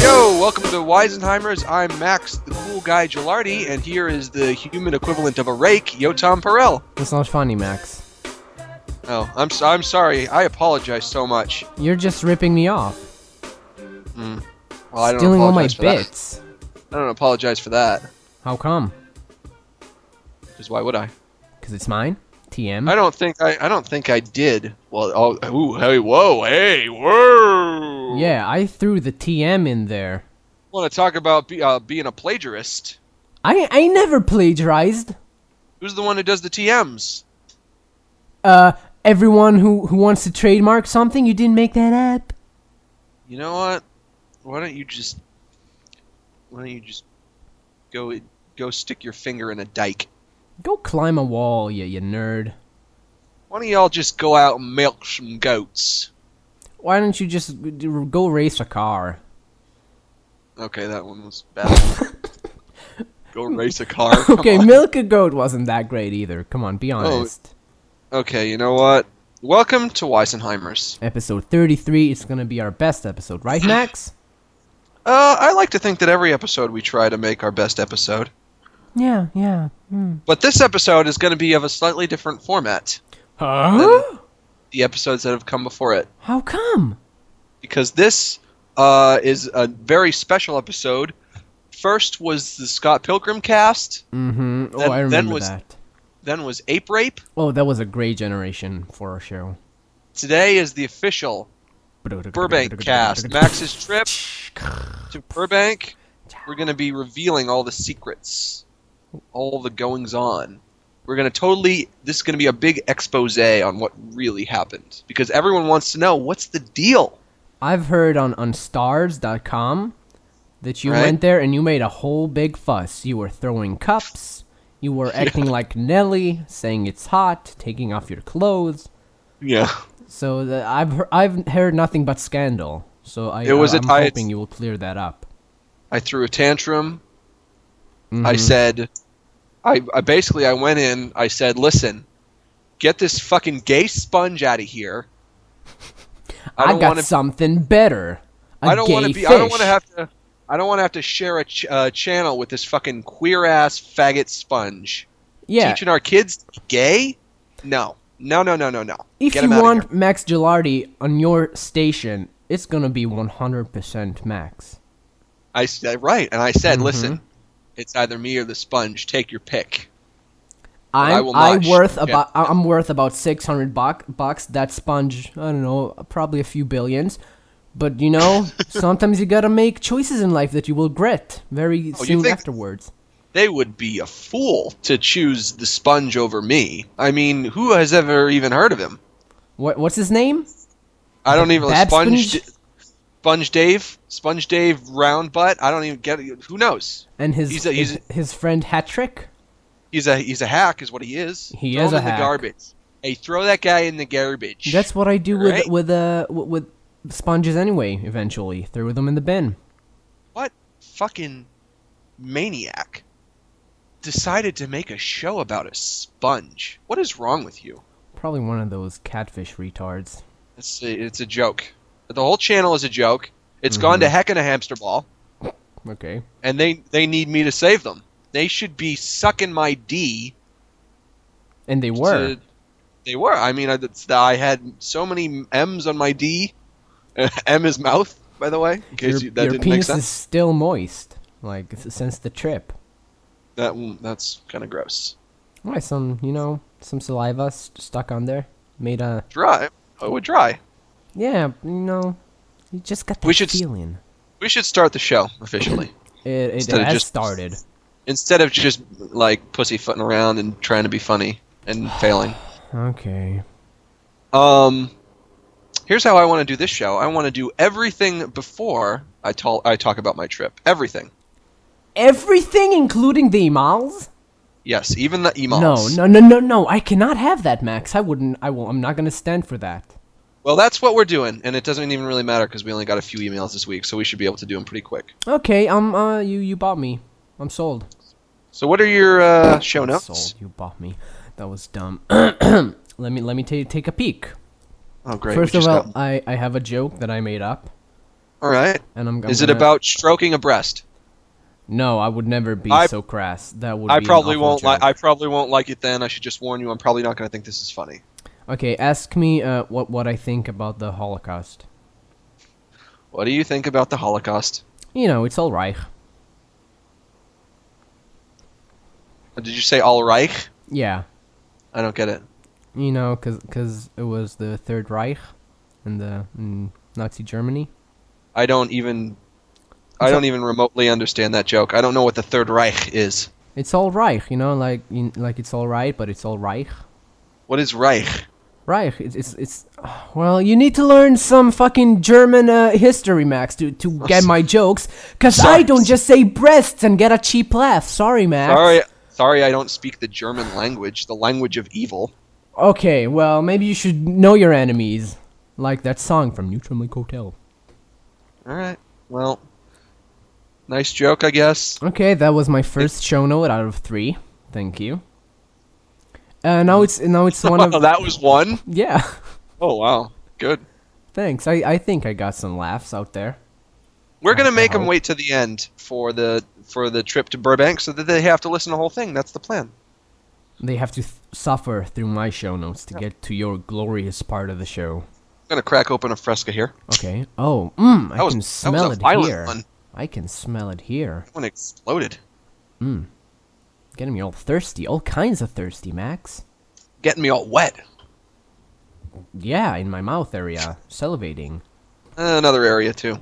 Yo, welcome to Weisenheimers. I'm Max, the cool guy Gelardi, and here is the human equivalent of a rake, Yotam Perel. That's not funny, Max. Oh, I'm so, I'm sorry. I apologize so much. You're just ripping me off, Mm. Well, I don't stealing all my apologize for that. bits. I don't apologize for that. How come? Because why would I? Because it's mine. TM. I don't think I, I don't think I did. Well, oh, ooh, hey, whoa, hey, whoa. yeah, I threw the TM in there. Want to talk about be, uh, being a plagiarist? I I never plagiarized. Who's the one who does the TMs? Uh, everyone who who wants to trademark something, you didn't make that up. You know what? Why don't you just why don't you just go go stick your finger in a dike? Go climb a wall, you you nerd. Why don't y'all just go out and milk some goats? Why don't you just g- d- go race a car? Okay, that one was bad. go race a car. Oh, come Okay, on. Oh. milk a goat wasn't that great either. Come on, be honest. okay. You know what? Welcome to Weisenheimers. Episode 33 is gonna be our best episode, right, Max? Uh, I like to think that every episode we try to make our best episode, yeah, yeah. Hmm. but this episode is going to be of a slightly different format. Huh? The episodes that have come before it. How come? because this uh, is a very special episode. First was the Scott Pilgrim cast, Mm-hmm. Oh, Then- I then remember was- that. then was Ape Rape. Oh, that was a great generation for our show. Today is the official Burbank cast. Max's trip to Burbank. We're going to be revealing all the secrets, all the goings on. We're going to totally. This is going to be a big expose on what really happened because everyone wants to know what's the deal. I've heard on, on stars.com that you Right. went there and you made a whole big fuss. You were throwing cups, you were acting like Nelly, saying it's hot, taking off your clothes. Yeah. So the, I've heard, I've heard nothing but scandal. So I, uh, It was a I'm tight- hoping you will clear that up. I threw a tantrum. I Mhm. said, I, I basically I went in. I said, listen, get this fucking gay sponge out of here. I I don't got want to. something better. I I don't want want to be. I don't want to have to. I don't want to have to share a ch- uh, channel with this fucking queer ass faggot sponge. yeah. Teaching our kids to be gay? No, no, no, no, no, no. if Get you him outta want here. Max Gilardi on your station, it's gonna be 100% Max. I said right, and I said, Mm-hmm. listen, it's either me or the sponge. Take your pick. I'm, I I will not sh- worth yeah. about I- I'm worth about 600 buck, bucks. That sponge, I don't know, probably a few billions. But you know, sometimes you gotta make choices in life that you will regret very Oh, you soon think- afterwards. they would be a fool to choose the sponge over me. I mean, who has ever even heard of him? What what's his name? I don't even Bad sponge. Sponge? D- Sponge Dave, Sponge Dave, round butt. I don't even get. Who knows? And his He's a- he's his, his friend Hatrick. He's a he's a hack, is what he is. He throw is him a in hack. the garbage. Hey, throw that guy in the garbage. That's what I do Right. with with uh w- with sponges anyway. Eventually, threw them in the bin. what fucking maniac decided to make a show about a sponge. What is wrong with you? Probably one of those catfish retards. It's a, it's a joke. The whole channel is a joke. It's gone Mm-hmm. to heck in a hamster ball. Okay. and they they need me to save them. They should be sucking my D. And they to- were. they were. I mean, I, that's, I had so many M's on my D. M is mouth, by the way. In case Your, you, that your didn't make penis is sense. still moist, like s- since the trip. That mm, that's kind of gross. Why some you know some saliva s stuck on there made a Dry. Oh, it would dry. yeah you know you just got that We should s- feeling. We should start the show officially It it instead of has just- started. instead of just like pussyfooting around and trying to be funny and failing. Okay. Um, here's how I want to do this show. I want to do everything before I tell I talk about my trip. Everything. Everything, including the emails. Yes, even the No, emails. no, no, no, no. I cannot have that, Max. I wouldn't. I will. I'm not gonna stand for that. Well, that's what we're doing, and it doesn't even really matter because we only got a few emails this week, so we should be able to do them pretty quick. Okay. Um. Uh. You. You bought me. I'm sold. So, what are your uh, show notes? Sold. You bought me. That was dumb. let me. Let me ta take a peek. Oh, great. First we of just all, got- I, I have a joke that I made up, all right. and I'm. I'm Is it gonna- about stroking a breast? No, I would never be I- so crass. That would. I be an probably awful won't joke. like. I probably won't like it. Then I should just warn you. I'm probably not going to think this is funny. Okay, ask me uh, what what I think about the Holocaust. What do you think about the Holocaust? You know, it's all right. Did you say all Reich? Yeah, I don't get it. you know, cause 'cause it was the Third Reich, and the in Nazi Germany. I don't even. I So- don't even remotely understand that joke. I don't know what the Third Reich is. It's all Reich, you know, like you, like it's all right, but it's all Reich. What is Reich? Reich, it's it's, it's well, you need to learn some fucking German uh, history, Max, to to Oh, get my jokes, cause I Sorry. don't just say breasts and get a cheap laugh. Sorry, Max. Sorry, sorry, I don't speak the German language, the language of evil. Okay, well, maybe you should know your enemies, like that song from Neutral Lake Hotel. All right. Well, nice joke, I guess. Okay, that was my first show note out of three. Thank you. Uh, now it's now it's one Oh, of that was one. yeah. Oh wow, good. Thanks. I I think I got some laughs out there. We're gonna I make them hope. wait to the end for the for the trip to Burbank, so that they have to listen to the whole thing. That's the plan. They have to th- suffer through my show notes to get to your glorious part of the show. I'm gonna crack open a fresca here. Okay. Oh, mm, I That was- can that was a smell it violent here. one. I can smell it here. That one exploded. Getting me all thirsty, all kinds of thirsty, Max. Getting me all wet. Yeah, in my mouth area, salivating. Uh, another area too.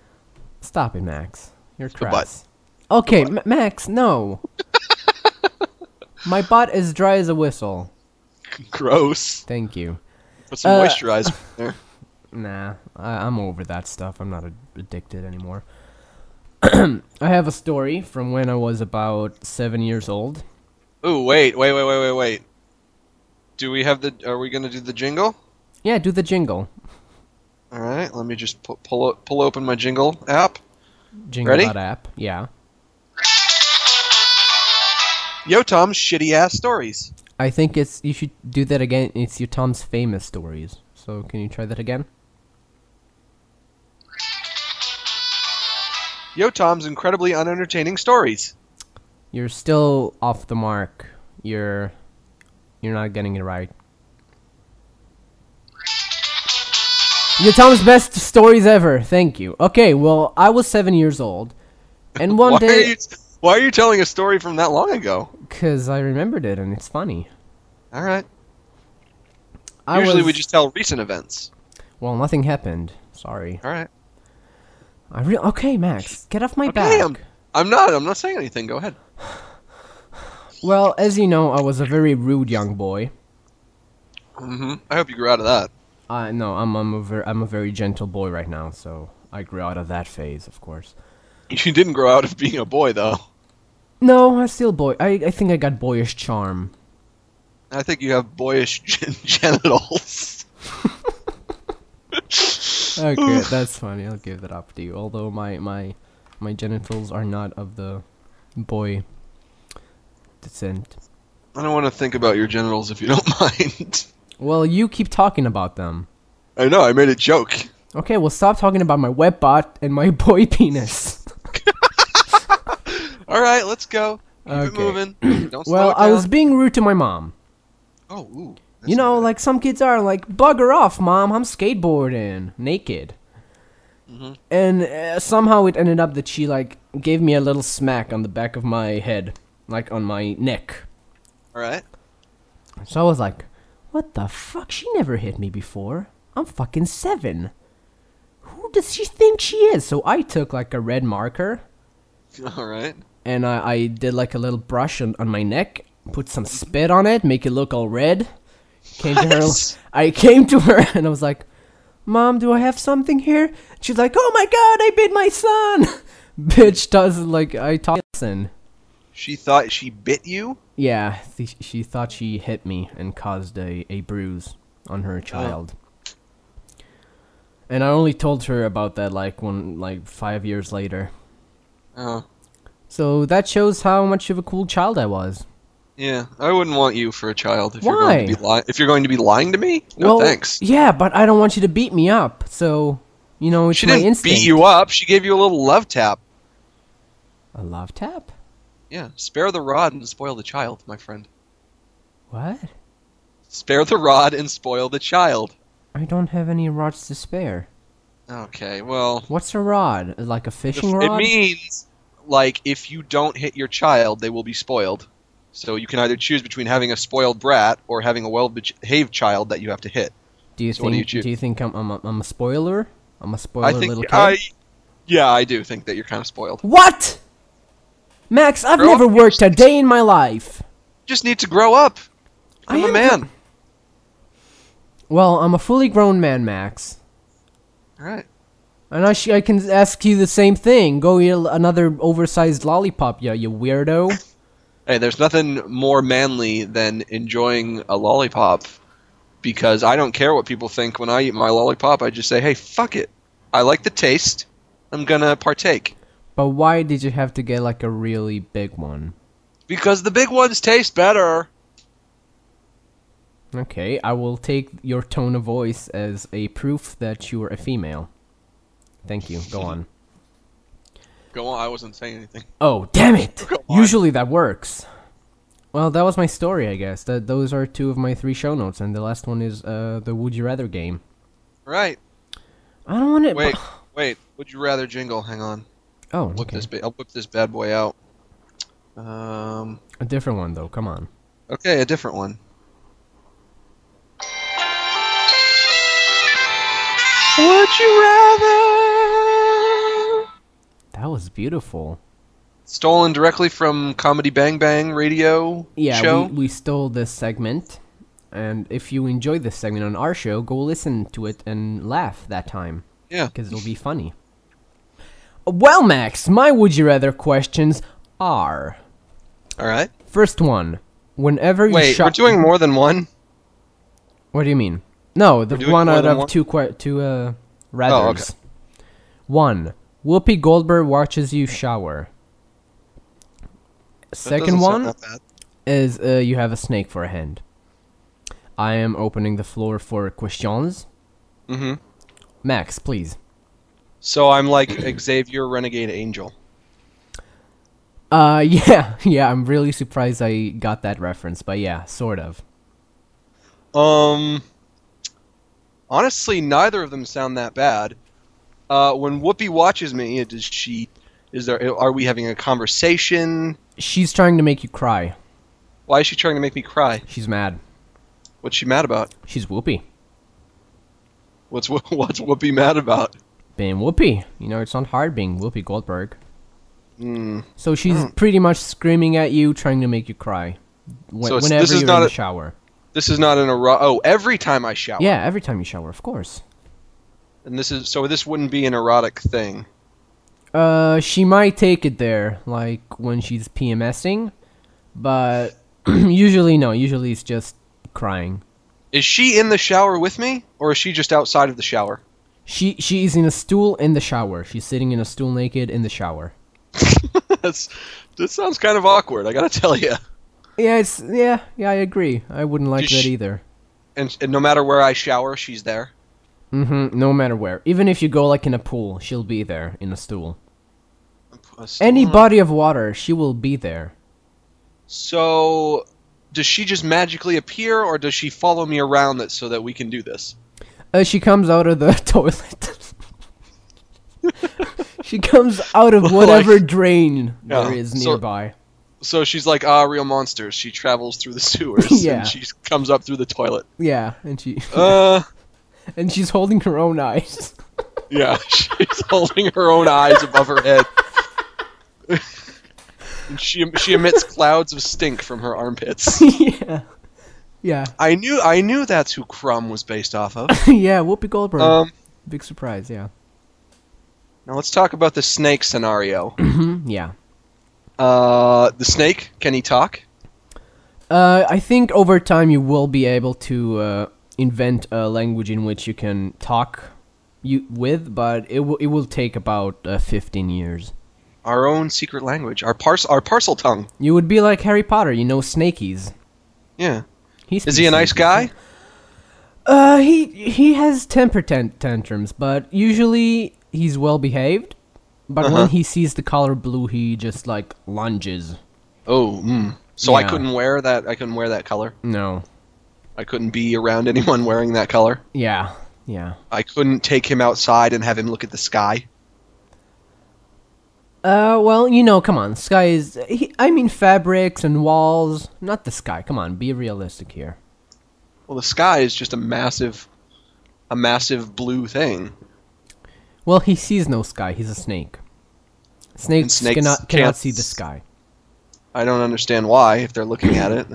Stop it, Max. You're butt. crass. Okay, M- Max, no. My butt is dry as a whistle. Gross. Thank you. Put some Uh, moisturizer in there. Nah, I- I'm over that stuff. I'm not a- addicted anymore. I have a story from when I was about seven years old. Ooh, wait, wait, wait, wait, wait, wait. Do we have the? Are we gonna do the jingle? Yeah, do the jingle. All right. Let me just pu- pull o- pull open my jingle app. Jingle Ready? that app. Yeah. Yo, Tom's shitty ass stories. I think it's you should do that again. It's your Tom's famous stories. So can you try that again? Yo, Tom's incredibly unentertaining stories. You're still off the mark. You're you're not getting it right. Your Tom's best stories ever. Thank you. Okay, well, I was 7 years old and one why Are day you, why are you telling a story from that long ago? cuz I remembered it and it's funny. All right. I Usually was, we just tell recent events. Well, nothing happened. Sorry. All right. I re- Okay, Max, get off my Okay, um, back. I'm, I'm not. I'm not saying anything. Go ahead. Well, as you know, I was a very rude young boy. hmm I hope you grew out of that. Uh, no, I'm I'm a ver- I'm a very gentle boy right now, so I grew out of that phase, of course. You didn't grow out of being a boy, though. No, I'm still boy. I I think I got boyish charm. I think you have boyish gen- genitals. Okay, that's funny. I'll give that up to you. Although my my my genitals are not of the boy descent. I don't want to think about your genitals if you don't mind. Well, you keep talking about them. I know. I made a joke. Okay, well, stop talking about my wet bot and my boy penis. All right. Let's go. Keep it Okay. moving. Don't slow well, it I was down. being rude to my mom. Oh, ooh. that's You not know, good. like some kids are like, bugger off, mom, I'm skateboarding naked. Mm-hmm. And uh, somehow it ended up that she like gave me a little smack on the back of my head, like on my neck. All right. So I was like, what the fuck? She never hit me before. I'm fucking seven. Who does she think she is? So I took like a red marker All right. and I, I did like a little brush on, on my neck, put some spit on it, make it look all red. Came to her, Nice. I came to her and I was like, "Mom, do I have something here?" She's like, "Oh my god, I bit my son!" Bitch does like I toxin. She thought she bit you. Yeah, th- she thought she hit me and caused a, a bruise on her child. And I only told her about that like one like five years later. Oh. So that shows how much of a cool child I was. Yeah, I wouldn't want you for a child if Why? you're going to be lying. If you're going to be lying to me, no well, thanks. Yeah, but I don't want you to beat me up. So, you know, it's She my didn't instinct. beat you up. She gave you a little love tap. A love tap? Yeah, spare the rod and spoil the child, my friend. What? Spare the rod and spoil the child. I don't have any rods to spare. Okay, well, What's a rod? Like a fishing it rod? means like if you don't hit your child, they will be spoiled. So you can either choose between having a spoiled brat or having a well-behaved child that you have to hit. do you so what do you think? Do you, choose? think I'm, I'm, a, I'm a spoiler? I'm a spoiler I think little kid. I, yeah, I do think that you're kind of spoiled. What? Max, I've Grow never up, you worked a just- day in my life. You just need to grow up. I I'm a am- man. Well, I'm a fully grown man, Max. All right. And I, sh- I can ask you the same thing. Go eat a- another oversized lollipop, you, you weirdo. Hey, there's nothing more manly than enjoying a lollipop because I don't care what people think when I eat my lollipop. I just say, hey, fuck it. I like the taste. I'm going to partake But why did you have to get like a really big one? because the big ones taste better. Okay, I will take your tone of voice as a proof that you are a female. Thank you. Go on. Go on. I wasn't saying anything. Oh, damn it! Go on. Usually that works. Well, that was my story, I guess. That those are two of my three show notes, and the last one is uh, the Would You Rather game. Right. I don't want to. Wait. Wait. Would you rather jingle? Hang on. Oh, Whip okay. this. Ba- I'll whip this bad boy out. Um. a different one though. Come on. Okay, a different one. Would you rather? That was beautiful. Stolen directly from Comedy Bang Bang radio Yeah, show. We, we stole this segment, and if you enjoyed this segment on our show, go listen to it and laugh that time. Yeah. because it'll be funny. Well, Max, my would you rather questions are All right. first one. Whenever you Wait, shop, we're doing more than one. What do you mean? No, the doing one more out than of one? Oh, two que- two uh rathers. One. Whoopi Goldberg watches you shower. That Second doesn't sound one that bad. is uh, you have a snake for a hand. I am opening the floor for questions. Mhm. Max, please. So I'm like Xavier Renegade Angel. Uh, yeah, yeah. I'm really surprised I got that reference, but yeah, sort of. Um. Honestly, neither of them sound that bad. Uh, when Whoopi watches me, does she? Is there? Are we having a conversation? She's trying to make you cry. Why is she trying to make me cry? She's mad. What's she mad about? She's Whoopi. What's Wh- what's Whoopi mad about? Being Whoopi. You know, it's not hard being Whoopi Goldberg. Mm. So she's pretty much screaming at you, trying to make you cry. Wh- So it's- whenever this is you're not in the a- shower. This is not an erotic. Oh, every time I shower. Yeah, every time you shower, of course. And this is so. This wouldn't be an erotic thing. Uh, she might take it there, like when she's PMSing, but usually no. Usually it's just crying. Is she in the shower with me, or is she just outside of the shower? She she is in a stool in the shower. She's sitting in a stool naked in the shower. That's that sounds kind of awkward. I gotta tell you. Yeah, it's yeah yeah. I agree. I wouldn't like Does that she- either. And, and no matter where I shower, she's there. Mm-hmm. No matter where, even if you go like in a pool, she'll be there in a stool. Puss. Any body of water, she will be there. So, does she just magically appear, or does she follow me around that so that we can do this? Uh, she comes out of the toilet. she comes out of Like- whatever drain Yeah, there is so- nearby. So she's like, ah, real monsters. She travels through the sewers. Yeah. And she comes up through the toilet. yeah, and she Uh, and she's holding her own eyes. yeah. She's holding her own eyes above her head. and she she emits clouds of stink from her armpits. yeah, yeah, I knew I knew that's who Crumb was based off of. yeah. Whoopi Goldberg. Um, Big surprise. Yeah. now let's talk about the snake scenario. Mhm, yeah. Uh, the snake can he talk? Uh, I think over time you will be able to uh, invent a language in which you can talk you with, but it will it will take about uh, fifteen years. our own secret language, our parcel, our parcel tongue. You would be like Harry Potter. You know snakies. Yeah. He's Is he a nice guy? Uh, he he has temper tan- tantrums, but usually he's well behaved. But Uh-huh. when he sees the color blue, he just like lunges. Oh, mm. so I Yeah. couldn't wear that. I couldn't wear that color. No. I couldn't be around anyone wearing that color. Yeah. Yeah. I couldn't take him outside and have him look at the sky. Uh, well, you know, come on, sky is. He, I mean, fabrics and walls, not the sky. Come on, be realistic here. Well, the sky is just a massive, a massive blue thing. Well, he sees no sky. He's a snake. Snakes, snakes cannot can't cannot see the s- sky. I don't understand why if they're looking at it.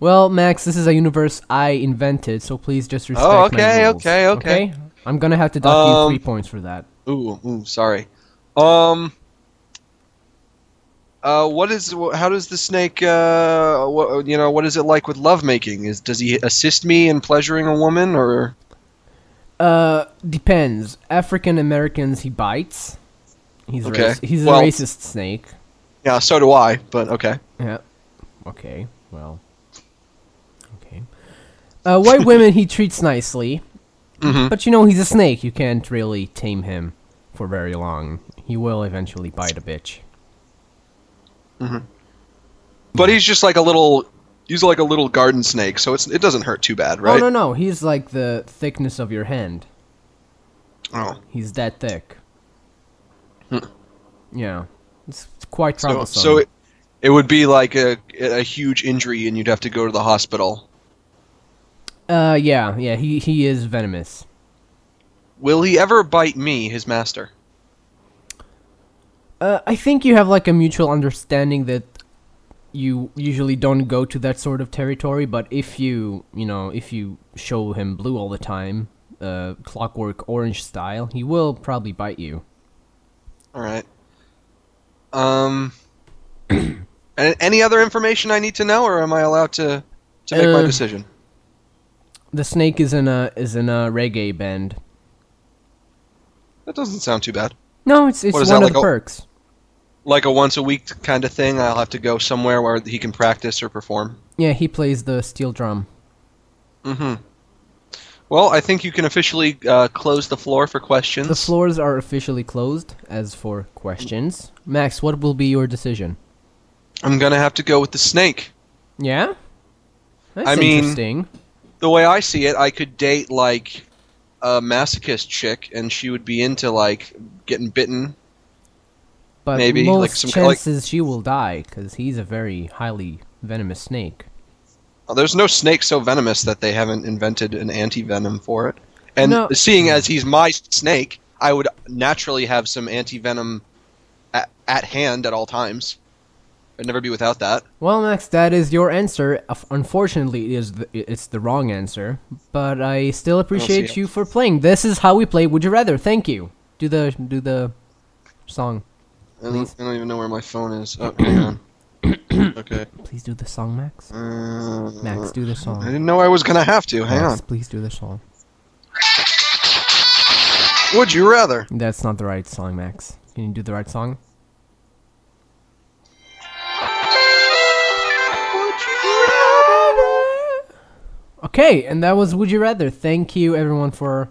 Well, Max, this is a universe I invented, so please just respect Oh, my okay, rules. okay, okay. I'm gonna have to dock Um, you three points for that. Ooh, ooh, sorry. Um. Uh, what is? wh- How does the snake? Uh, what, you know, what is it like with lovemaking? Is does he assist me in pleasuring a woman, or Uh, depends. African Americans, he bites. He's Okay, raci- he's well- a racist snake. yeah? So do I. But okay. Yeah. Okay. Well. Okay. Uh, white women he treats nicely, Mm-hmm. but you know he's a snake. You can't really tame him for very long. He will eventually bite a bitch. But he's just like a little. He's like a little garden snake, so it's it doesn't hurt too bad, right? Oh no no, he's like the thickness of your hand. Oh. He's that thick. Yeah, it's, it's quite Hmm. So, troublesome. so it, it would be like a a huge injury, and you'd have to go to the hospital. uh, yeah, yeah, he he is venomous. Will he ever bite me, his master? Uh, I think you have like a mutual understanding that you usually don't go to that sort of territory, but if you, you know, if you show him blue all the time, uh, clockwork orange style, he will probably bite you. All right. Um. a- any other information I need to know, or am I allowed to to make my Uh, decision? The snake is in a is in a reggae band. That doesn't sound too bad. No, it's it's What one is of that, the like a- perks. Like a once a week kind of thing. I'll have to go somewhere where he can practice or perform. Yeah, he plays the steel drum. Mm-hmm. Well, I think you can officially uh, close the floor for questions. The floors are officially closed. As for questions, Max, what will be your decision? I'm gonna have to go with the snake. Yeah, that's I mean- interesting. the way I see it, I could date like a masochist chick, and she would be into like getting bitten. But maybe, most like, some ki- like- chances she will die because he's a very highly venomous snake. Oh, There's no snake so venomous that they haven't invented an anti-venom for it. And No. seeing as he's my snake, I would naturally have some anti-venom at, at hand at all times. I'd never be without that. Well, Max, that is your answer. Of- Unfortunately, it is the, it's the wrong answer. But I still appreciate it. you for playing. This is how we play. Would you rather? Thank you. Do the do the song. I don't, I don't even know where my phone is. Oh, hang on. Okay. Please do the song, Max. Uh, Max, do the song. I didn't know I was gonna have to. Hang Max, on. please do the song. Would you rather? That's not the right song, Max. Can you do the right song? Okay, and that was Would You Rather. Thank you, everyone, for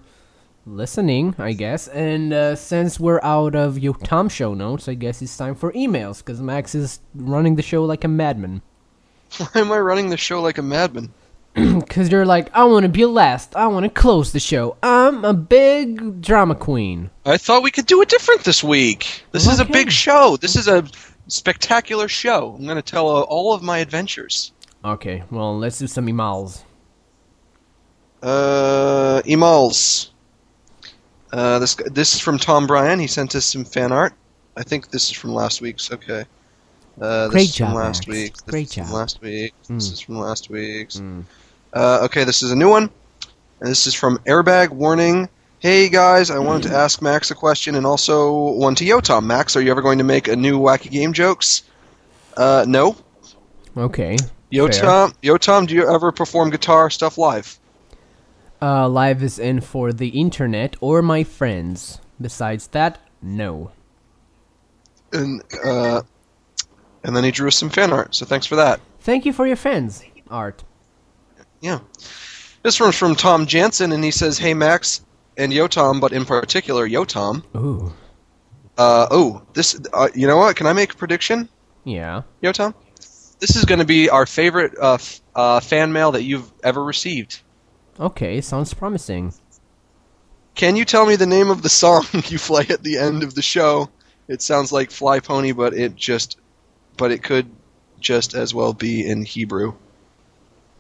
listening, I guess. And uh, since we're out of your Tom show notes, I guess it's time for emails, because Max is running the show like a madman. Why am I running the show like a madman? Because you're like, I want to be last. I want to close the show. I'm a big drama queen. I thought we could do it different this week. This is a Okay. big show. This is a spectacular show. I'm going to tell uh, all of my adventures. Okay, well, let's do some emails. Uh, emails. Uh, this this is from Tom Bryan. He sent us some fan art. I think this is from last week's. Okay. Uh, this Great is from job, last Max. week. This Great is from job. last week. This Mm. is from last week's. Mm. Uh, okay, this is a new one. And this is from Airbag Warning. Hey guys, I wanted to ask Max a question and also one to Yotam. Max, are you ever going to make a new wacky game jokes? Uh, no. Okay. Yotam, Yotam, do you ever perform guitar stuff live? Uh, live is in for the internet or my friends. Besides that, no. and uh, and then he drew us some fan art. So thanks for that. Thank you for your fans art. Yeah. This one's from Tom Jansen, and he says, "Hey Max and Yo Tom, but in particular Yo Tom. Ooh. Uh, oh, this. Uh, you know what? Can I make a prediction, Yeah. Yo Tom? This is going to be our favorite uh, f- uh, fan mail that you've ever received. Okay, sounds promising. Can you tell me the name of the song you play at the end of the show? It sounds like Fly Pony, but it just, but it could just as well be in Hebrew.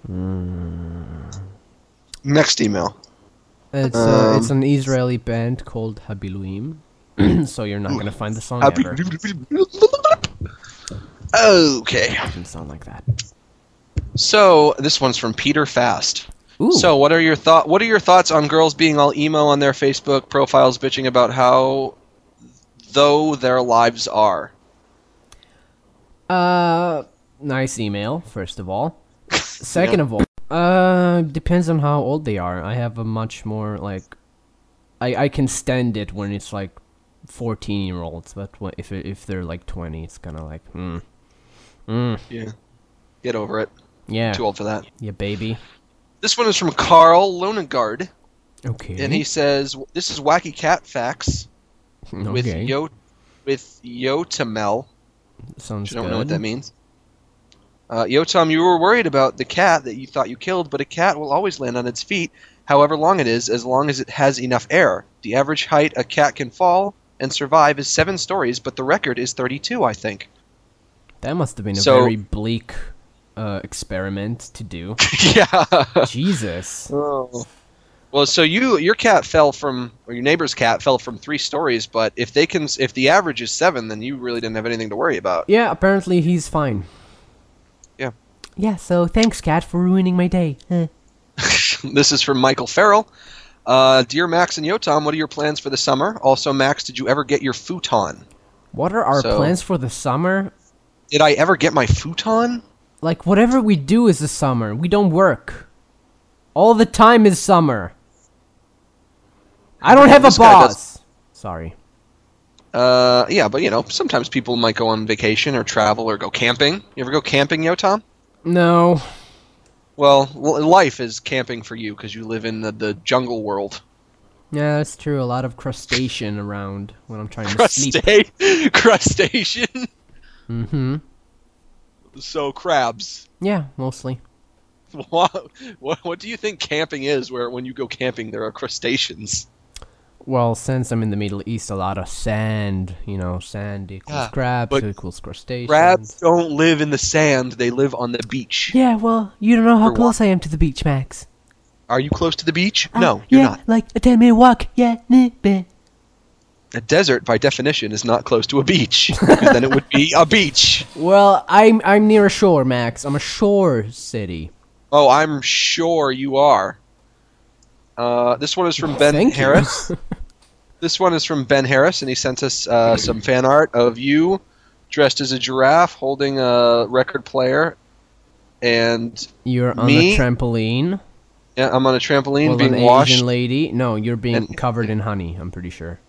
Hmm. Next email. It's uh, Um, it's an Israeli band called Habiluim. so you're not gonna find the song ever. Okay. Doesn't sound like that. So this one's from Peter Fast. Ooh. So what are your thought? What are your thoughts on girls being all emo on their Facebook profiles, bitching about how though their lives are? Uh, nice email, first of all. Second of all, uh, depends on how old they are. I have a much more like, I I can stand it when it's like, fourteen year olds. But wh- if it- if they're like twenty, it's kind of like, hmm, mm, Yeah. Get over it. yeah, Too old for that. yeah, baby. This one is from Carl Lonegard, Okay. and he says this is wacky cat facts with okay. yo with Yotamel. Sounds If you don't good. know what that means. Uh, Yotam, you were worried about the cat that you thought you killed, but a cat will always land on its feet, however long it is, as long as it has enough air. The average height a cat can fall and survive is seven stories, but the record is 32, I think. That must have been a So- very bleak, uh, experiment to do. yeah. Jesus. Well, so you your cat fell from, or your neighbor's cat fell from three stories, but if they can, if the average is seven, then you really didn't have anything to worry about. Yeah, apparently he's fine. Yeah. Yeah. So thanks, cat, for ruining my day. Eh. this is from Michael Farrell. Uh, Dear Max and Yotam, what are your plans for the summer? Also, Max, did you ever get your futon? What are our So- plans for the summer? Did I ever get my futon? Like, whatever we do is the summer. We don't work. All the time is summer. I don't have a This guy does- boss. Sorry. Uh, yeah, but you know, sometimes people might go on vacation or travel or go camping. You ever go camping, Yotam? No. Well, l- life is camping for you because you live in the, the jungle world. Yeah, that's true. A lot of crustacean around when I'm trying to sleep. Crusta- crustacean. Mm-hmm. So crabs. Yeah, mostly. What, what, what do you think camping is? Where when you go camping, there are crustaceans. Well, since I'm in the Middle East, a lot of sand. You know, sand equals Yeah, crabs but equals crustaceans. Crabs don't live in the sand; they live on the beach. Yeah, well, you don't know For how what? close I am to the beach, Max. Are you close to the beach? Ah, no, you're yeah, not. like a 10 minute walk. Yeah, nah, bah. A desert, by definition, is not close to a beach. 'cause then it would be a beach. Well, I'm I'm near a shore, Max. I'm a shore city. Oh, I'm sure you are. Uh, this one is from Ben Thank you. Harris. this one is from Ben Harris, and he sent us uh, some fan art of you dressed as a giraffe holding a record player. And You're on Me? a trampoline. yeah, I'm on a trampoline Well, an being washed. Asian lady. No, you're being And- covered in honey. I'm pretty sure.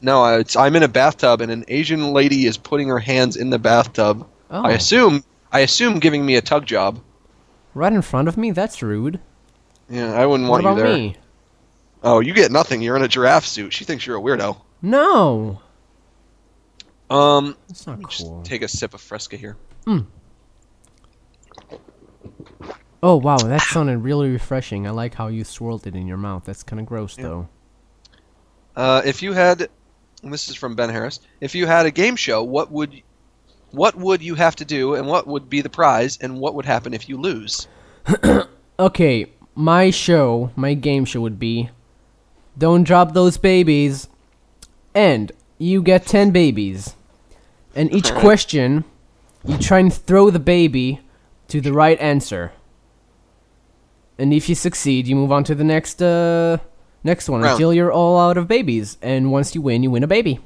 No, I- it's, I'm in a bathtub, and an Asian lady is putting her hands in the bathtub. Oh, I assume, I assume, giving me a tug job. right in front of me. That's rude. Yeah, I wouldn't What want you about there. me? Oh, you get nothing. You're in a giraffe suit. She thinks you're a weirdo. No, Um, that's not just cool. take a sip of Fresca here. Oh wow, that sounded really refreshing. I like how you swirled it in your mouth. That's kind of gross, though. Uh, if you had, and this is from Ben Harris. If you had a game show, what would, what would you have to do, and what would be the prize, and what would happen if you lose? Okay, my show, my game show would be, don't drop those babies, and you get ten babies, and each Alright. question, you try and throw the baby to the right answer, and if you succeed, you move on to the next uh next one Round. until you're all out of babies, and once you win, you win a baby,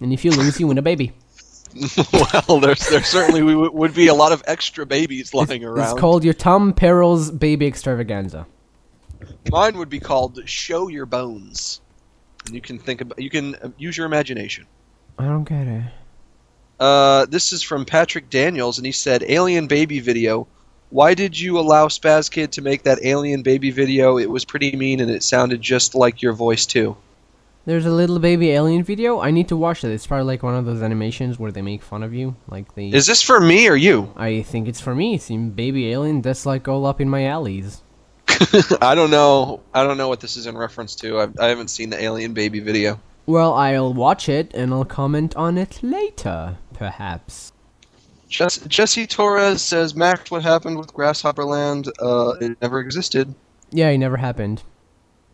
and if you lose, you win a baby. well, there's there certainly we would- would be a lot of extra babies lying around. It's called your Tom Perrell's Baby Extravaganza. Mine would be called "Show Your Bones," and you can think about you can uh, use your imagination. I don't get it. Uh, this is from Patrick Daniels, and he said, "Alien baby video. Why did you allow Spaz Kid to make that alien baby video? It was pretty mean, and it sounded just like your voice too." There's a little baby alien video. I need to watch it. It's probably like one of those animations where they make fun of you, like they. Is this for me or you? I think it's for me. Seeing baby alien, that's like all up in my alleys. I don't know. I don't know what this is in reference to. I've, I haven't seen the alien baby video. Well, I'll watch it and I'll comment on it later, perhaps. Jess, Jesse Torres says, "Max, what happened with Grasshopper Land? Uh, it never existed." Yeah, it never happened.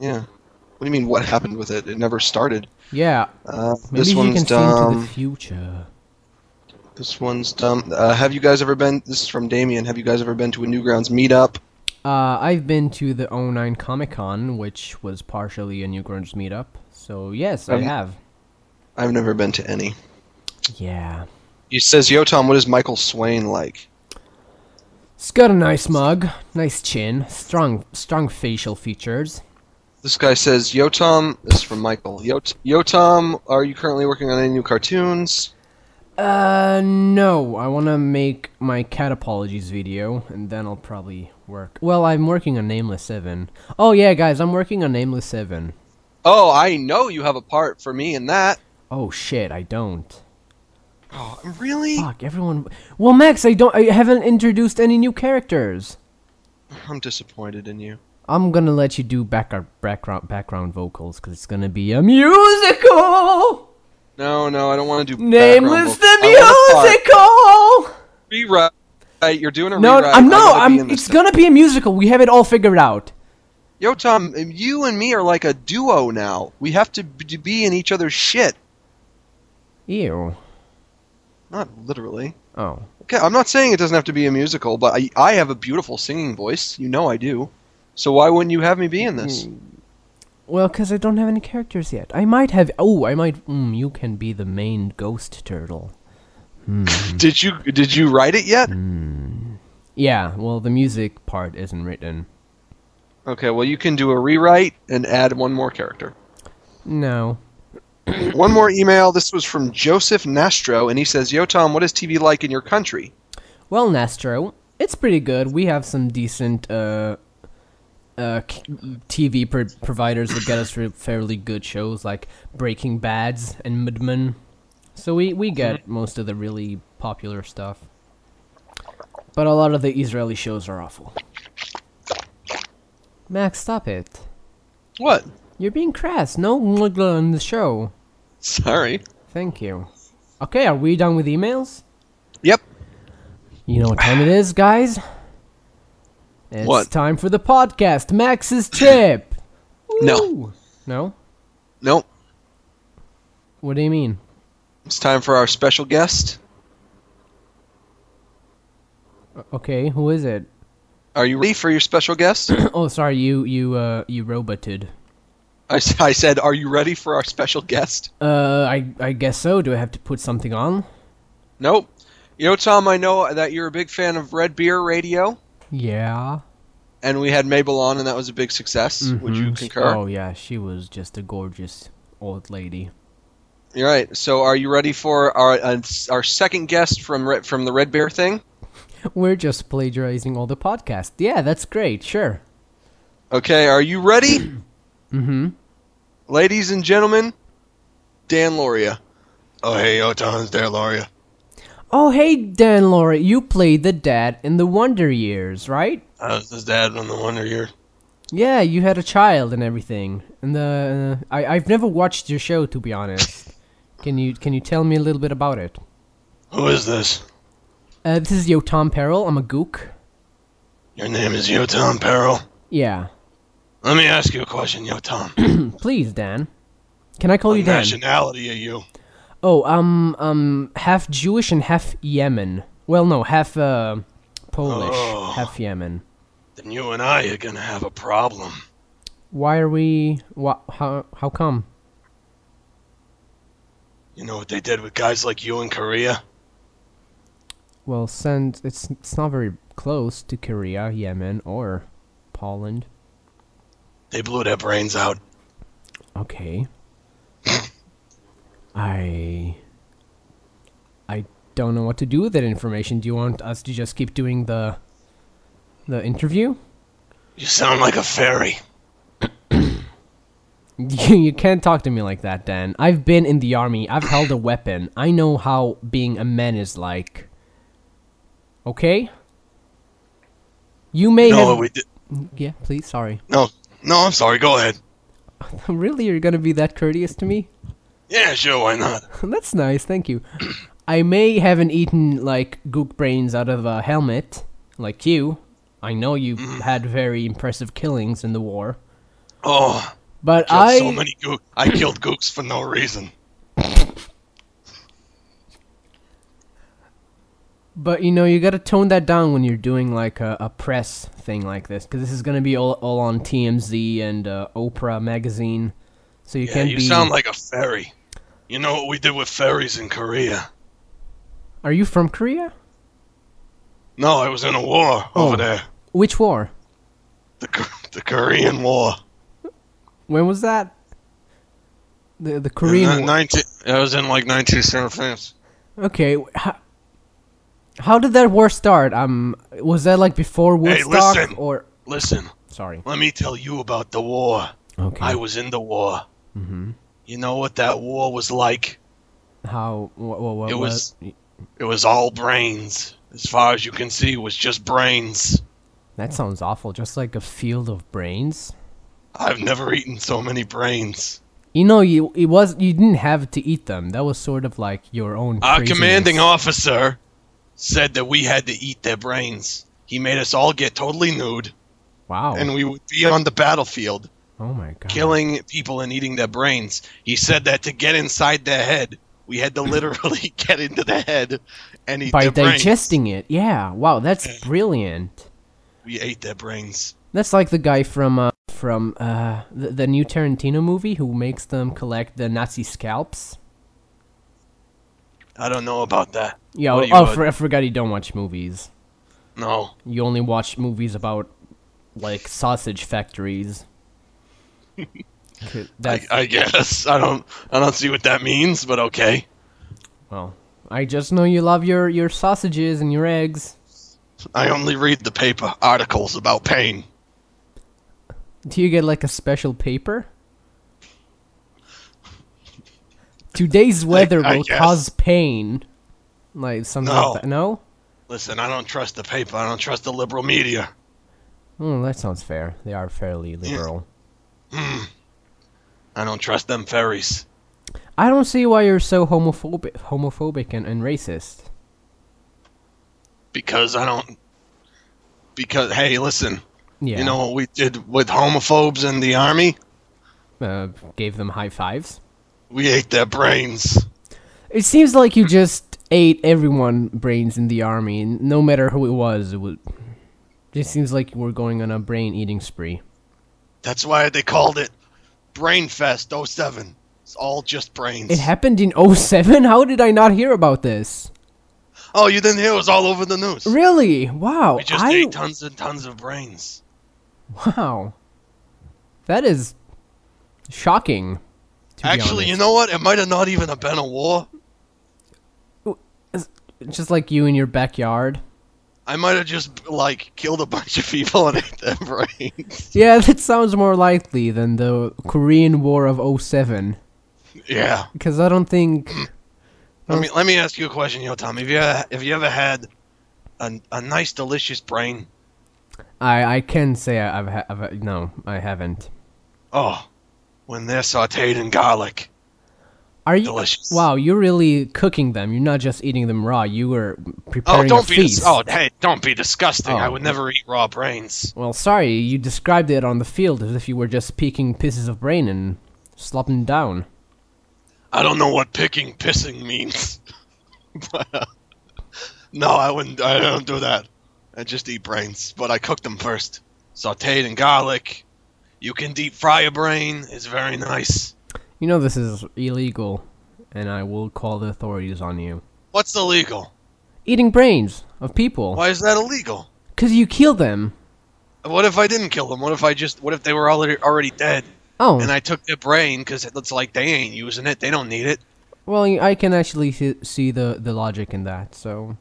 Yeah. What do you mean? What happened with it? It never started. Yeah. Uh, Maybe this you one's can see into dumb. the future. This one's dumb. Uh, have you guys ever been? This is from Damien. Have you guys ever been to a Newgrounds meetup? Uh, I've been to the 09 Comic Con, which was partially a Newgrounds meetup. So yes, I Um, have. I've never been to any. Yeah. He says, "Yo, Tom, what is Michael Swain like?" It's got a nice mug, nice chin, strong, strong facial features. This guy says, "Yo, Tom." This is from Michael. Yo, t- Yo, Tom, are you currently working on any new cartoons? Uh, no. I want to make my cat apologies video, and then I'll probably work. Well, I'm working on Nameless Seven. Oh yeah, guys, I'm working on Nameless Seven. Oh, I know you have a part for me in that. Oh shit, I don't. Oh, really? Fuck everyone. Well, Max, I don't. I haven't introduced any new characters. I'm disappointed in you. I'm gonna let you do back background background vocals because it's gonna be a musical. No, no, I don't want to do. Nameless background vocals. the I want a part. musical. Rewrite. Hey, You're doing a No, rewrite. I'm no. wanna be I'm. in this It's thing. gonna be a musical. We have it all figured out. Yo, Tom, you and me are like a duo now. We have to b- be in each other's shit. Ew. Not literally. Oh. Okay, I'm not saying it doesn't have to be a musical, but I, I have a beautiful singing voice. You know I do. So why wouldn't you have me be in this? Well, 'cause I don't have any characters yet. I might have. Oh, I might. Mm, you can be the main ghost turtle. Hmm. Did you did you write it yet? Yeah. Well, the music part isn't written. Okay, well you can do a rewrite and add one more character. No. one more email. This was from Joseph Nastro, and he says, "Yo, Tom, what is TV like in your country?" Well, Nastro, it's pretty good. We have some decent uh, uh, c- TV pro- providers that get us through fairly good shows like Breaking Bad's and Midman. So we, we get most of the really popular stuff. But a lot of the Israeli shows are awful. Max, stop it. What? You're being crass. No on the show. Sorry. Thank you. Okay, are we done with emails? Yep. You know what time it is, guys? It's What? time for the podcast, Max's Tip. No. Ooh. No? Nope. What do you mean? It's time for our special guest. O- Okay, who is it? Are you ready for your special guest? oh, sorry, you you uh you roboted. I, s- I said, "Are you ready for our special guest?" Uh I I guess so. Do I have to put something on? Nope. You know, Tom, I know that you're a big fan of Red Beer Radio, Yeah. and we had Mabel on, and that was a big success. Would you Mhm. concur? Oh yeah, she was just a gorgeous old lady. You're right. So, are you ready for our uh, our second guest from Re- from the Red Beer thing? We're just plagiarizing all the podcast. Yeah, that's great. Sure. Okay. Are you ready, Mm-hmm. ladies and gentlemen? Dan Loria. Oh, hey, yo, Tom, it's Dan Loria. Oh hey Dan Laura, you played the dad in the Wonder Years, right? I was his dad on the Wonder Year. Yeah, you had a child and everything. And the uh, I I've never watched your show to be honest. Can you can you tell me a little bit about it? Who is this? Uh, this is Yo Tom Peril. I'm a gook. Your name is Yo Tom Peril. Yeah. Let me ask you a question, Yo Tom. Please, Dan. Can I call What you Dan? nationality are you? Oh, um um half Jewish and half Yemen. Well, no, half uh Polish, Oh. half Yemen. Then you and I are gonna have a problem. Why are we wha how how come? You know what they did with guys like you in Korea? Well, send it's it's not very close to Korea, Yemen, or Poland. They blew their brains out. Okay. I I don't know what to do with that information. Do you want us to just keep doing the the interview? You sound like a fairy. You, you can't talk to me like that, Dan. I've been in the army. I've held a weapon. I know how being a man is like. Okay? You may No, have we did. Yeah, please, sorry. No, no, I'm sorry. Go ahead. really you're going to be that courteous to me? Yeah, sure, why not? That's nice. Thank you. I may haven't eaten like gook brains out of a helmet like you. I know you Mm. had very impressive killings in the war, Oh, but killed I so many gook. I killed gooks for no reason. But you know, you gotta tone that down when you're doing like a, a press thing like this, because this is gonna be all, all on TMZ and uh, Oprah magazine, so you Yeah, can't you be. sound like a fairy. You know what we did with fairies in Korea? Are you from Korea? No, I was in a war Oh. over there. Which war? The, K- the Korean War. When was that? The the Korean In the War. 19 I was in like 1975. Okay. wh- How, how did that war start? Um, was that like before Woodstock listen. or? Listen, Sorry. let me tell you about the war. Okay. I was in the war. hmm You know what that war was like? How? What? What? what It was- It was all brains. As far as you can see, it was just brains. That sounds awful. Just like a field of brains. I've never eaten so many brains. You know, you it was you didn't have to eat them. That was sort of like your own. Our craziness. Ah, commanding officer said that we had to eat their brains. He made us all get totally nude, Wow. and we would be on the battlefield, oh my god. killing people and eating their brains. He said that to get inside their head, we had to literally get into the head and eat By their brains. digesting it, yeah. Wow, that's brilliant. We ate their brains. That's like the guy from uh, from uh, the, the new Tarantino movie who makes them collect the Nazi scalps. I don't know about that. Yeah. What do Oh, you, uh, for, I forgot you don't watch movies. No. You only watch movies about like sausage factories. 'Kay, I, that's I guess I don't I don't see what that means, but okay. well. I just know you love your your sausages and your eggs. I only read the paper articles about pain. Do you get like a special paper? Today's weather I will guess. cause pain. Like something No. like that. No? Listen, I don't trust the paper. I don't trust the liberal media. Oh, that sounds fair. They are fairly liberal. I don't trust them fairies. I don't see why you're so homophobic homophobic and, and racist. because I don't. Because hey, listen, Yeah. you know what we did with homophobes in the army? uh, gave them high fives. We ate their brains. It seems like you just ate everyone brains in the army, and no matter who it was, it would it seems like you were going on a brain eating spree. That's why they called it Brainfest 07. It's all just brains. It happened in 07? How did I not hear about this? oh, you didn't hear? It was all over the news. Really? Wow. We just I ate tons and tons of brains. wow. That is shocking. To Actually, you know what? It might have not even have been a war. you know, just like you in your backyard. I might have just like killed a bunch of people and ate their brains. Yeah, that sounds more likely than the Korean War of 07 yeah. because I don't think Let me let me ask you a question, yo, Tom. Have you ever, have you ever had a, a nice, delicious brain? I I can say I, I've, ha- I've no, I haven't. Oh, when they're sautéed in garlic. Are you Delicious. Wow, you're really cooking them. You're not just eating them raw. You were Oh, preparing don't a be feast. dis- oh hey, don't be disgusting. I Oh. would never eat raw brains. Well, sorry, you described it on the field as if you were just picking pieces of brain and slopping down. I don't know what picking pissing means. but, uh, no, I wouldn't. I don't do that. I just eat brains, but I cook them first, sautéed in garlic. You can deep fry a brain. It's very nice. You know this is illegal, and I will call the authorities on you. What's illegal? Eating brains of people. Why is that illegal? Because you kill them. What if I didn't kill them? What if I just? What if they were already already dead? Oh, and I took their brain because it looks like they ain't using it. They don't need it. Well, I can actually see, see the, the logic in that. So,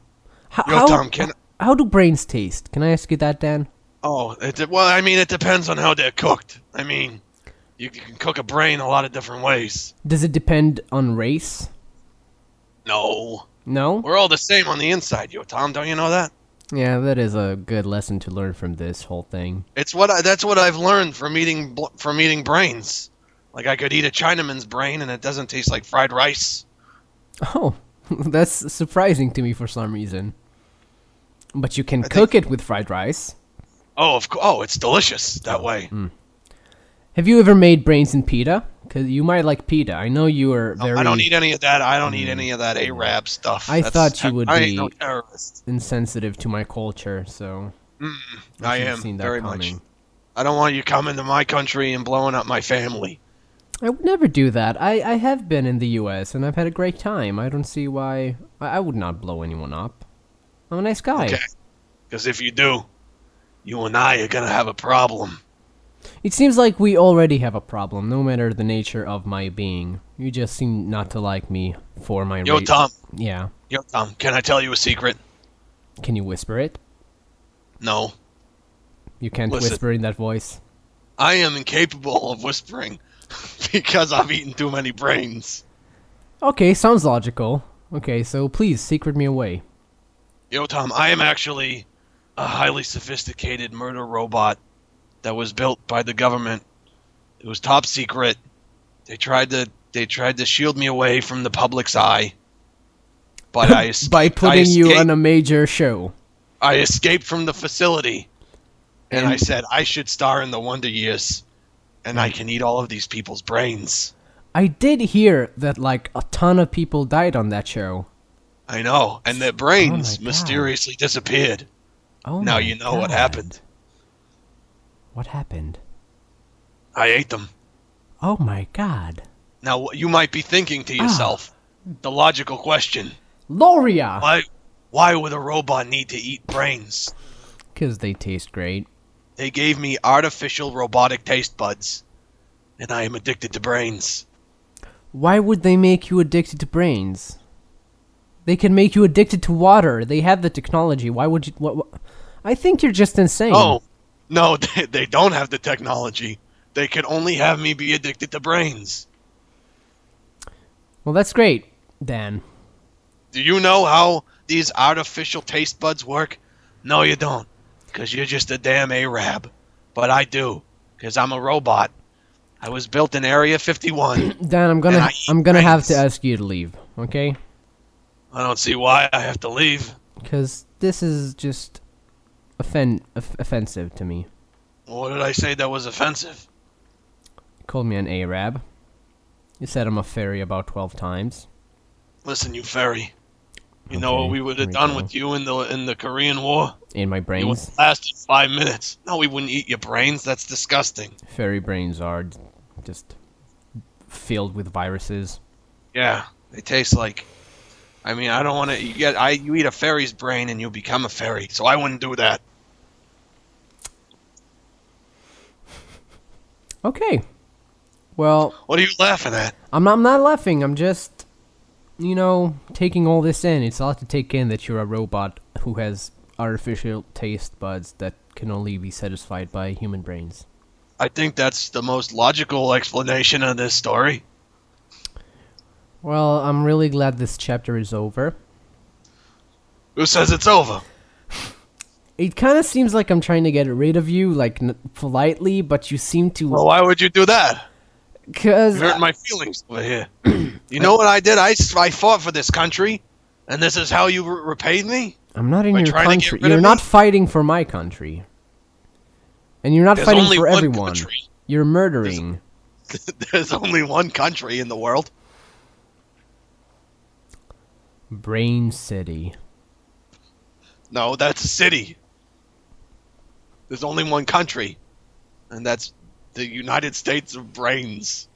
H- Yo, how Tom, can- how do brains taste? Can I ask you that, Dan? Oh, it, de- well, I mean, it depends on how they're cooked. I mean, you, you can cook a brain a lot of different ways. Does it depend on race? No, No. we're all the same on the inside, yo, Tom. Don't you know that? Yeah, that is a good lesson to learn from this whole thing. It's what I, that's what I've learned from eating bl- from eating brains. Like I could eat a Chinaman's brain and it doesn't taste like fried rice. Oh, that's surprising to me for some reason. But you can think- cook it with fried rice. Oh, of co- oh, it's delicious that way. Have you ever made brains in pita? Because you might like pita. I know you are very I don't eat any of that. I don't eat any of that Arab stuff. I thought you would I be- ain't no terrorist. insensitive to my culture, so I I should've am seen that very much. coming. I don't want you coming to my country and blowing up my family. I would never do that. I, I have been in the U.S. and I've had a great time. I don't see why I, I would not blow anyone up. I'm a nice guy. Okay. Because if you do, you and I are going to have a problem. It seems like we already have a problem, no matter the nature of my being. You just seem not to like me for my Yo, ra- Tom. Yeah. Yo, Tom, can I tell you a secret? Can you whisper it? No. You can't Listen. whisper in that voice. I am incapable of whispering because I've eaten too many brains. Okay, sounds logical. Okay, so please secret me away. Yo, Tom, I am actually a highly sophisticated murder robot that was built by the government. It was top secret. They tried to they tried to shield me away from the public's eye. But I escaped, By putting I you escaped, on a major show. I escaped from the facility. And, I And- said I should star in the Wonder Years and I can eat all of these people's brains. I did hear that like a ton of people died on that show. I know. And their brains Oh God. mysteriously disappeared. Oh Now my you know what God. happened. What happened? I ate them. Oh my god. Now what you might be thinking Ah. to yourself the logical question Loria! Why? Why would a robot need to eat brains? Because they taste great. They gave me artificial robotic taste buds, and I am addicted to brains. Why would they make you addicted to brains? They can make you addicted to water. They have the technology. Why would you. What, what? I think you're just insane. Oh, no, they, they don't have the technology. They can only have me be addicted to brains. Well, that's great, Dan. Do you know how these artificial taste buds work? No, you don't, because you're just a damn Arab. But I do, because I'm a robot. I was built in Area 51. Dan, I'm And gonna. I eat I'm gonna have to brains. ask you to leave, okay? I don't see why I have to leave. Because this is just. Offen- off- offensive to me. What did I say that was offensive? You called me an Arab. You said I'm a fairy about 12 times. Listen, you fairy. You know what Okay, we would here have we done go. with you in the in the Korean War? In my You would have brains. lasted five minutes. No, we wouldn't eat your brains. That's disgusting. Fairy brains are d- just filled with viruses. Yeah, they taste like. I mean, I don't want to. You get I you eat a fairy's brain and you become a fairy. So I wouldn't do that. Okay. Well, What are you laughing at? I'm not, I'm not laughing. I'm just, you know, taking all this in. It's a lot to take in that you're a robot who has artificial taste buds that can only be satisfied by human brains. I think that's the most logical explanation of this story. Well, I'm really glad this chapter is over. Who says it's over? It kind of seems like I'm trying to get rid of you, like n- politely, but you seem Well, to. why would you do that? Because. You hurt my feelings over here. You know what I did? I, s- I fought for this country, and this is how you re- repaid me? I'm not in By your trying to get country. rid of You're me? not fighting for my country. And you're not There's fighting only for one everyone. country. You're murdering. There's only one country in the world. Brain City. No, that's a city. There's only one country, and that's the United States of Brains.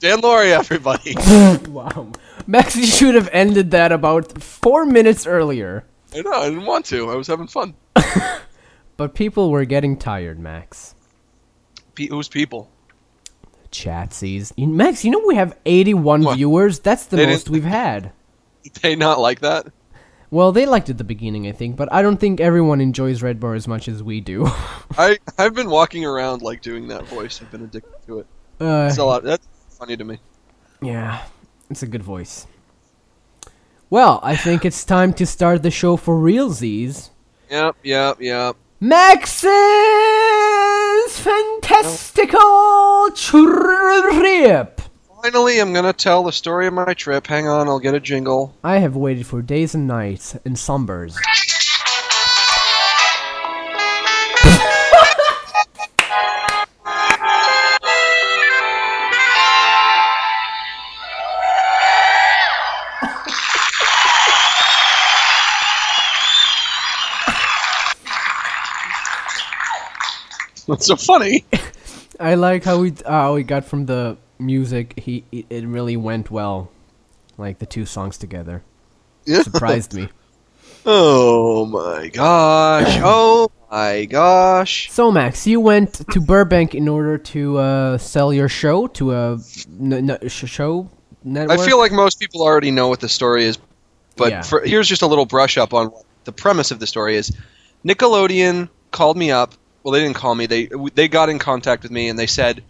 Dan Laurie, everybody. Wow. Max, you should have ended that about four minutes earlier. I know, I didn't want to. I was having fun. But people were getting tired, Max. Pe- who's people? chatsies. You- Max, you know we have 81 What? viewers. That's the They most didn't- we've had. They not like that. Well, they liked it at the beginning, I think, but I don't think everyone enjoys Red Bar as much as we do. I I've been walking around like doing that voice. I've been addicted to it. uh, It's a lot. That's funny to me. yeah, it's a good voice. Well, I think it's time to start the show for realsies. Yep, yep, yep. Max's fantastical trip. Finally, I'm gonna tell the story of my trip. Hang on, I'll get a jingle. I have waited for days and nights and slumbers. That's so funny. I like how we uh, how we got from the music. He it- it really went well, like the two songs together. Yeah. Surprised me. Oh my gosh. Oh my gosh. So Max, you went to Burbank in order to uh, sell your show to a n- n- sh- show network. I feel like most people already know what the story is, but Yeah. for, here's just a little brush up on what the premise of the story is. Nickelodeon called me up. Well, they didn't call me. They they got in contact with me and they said,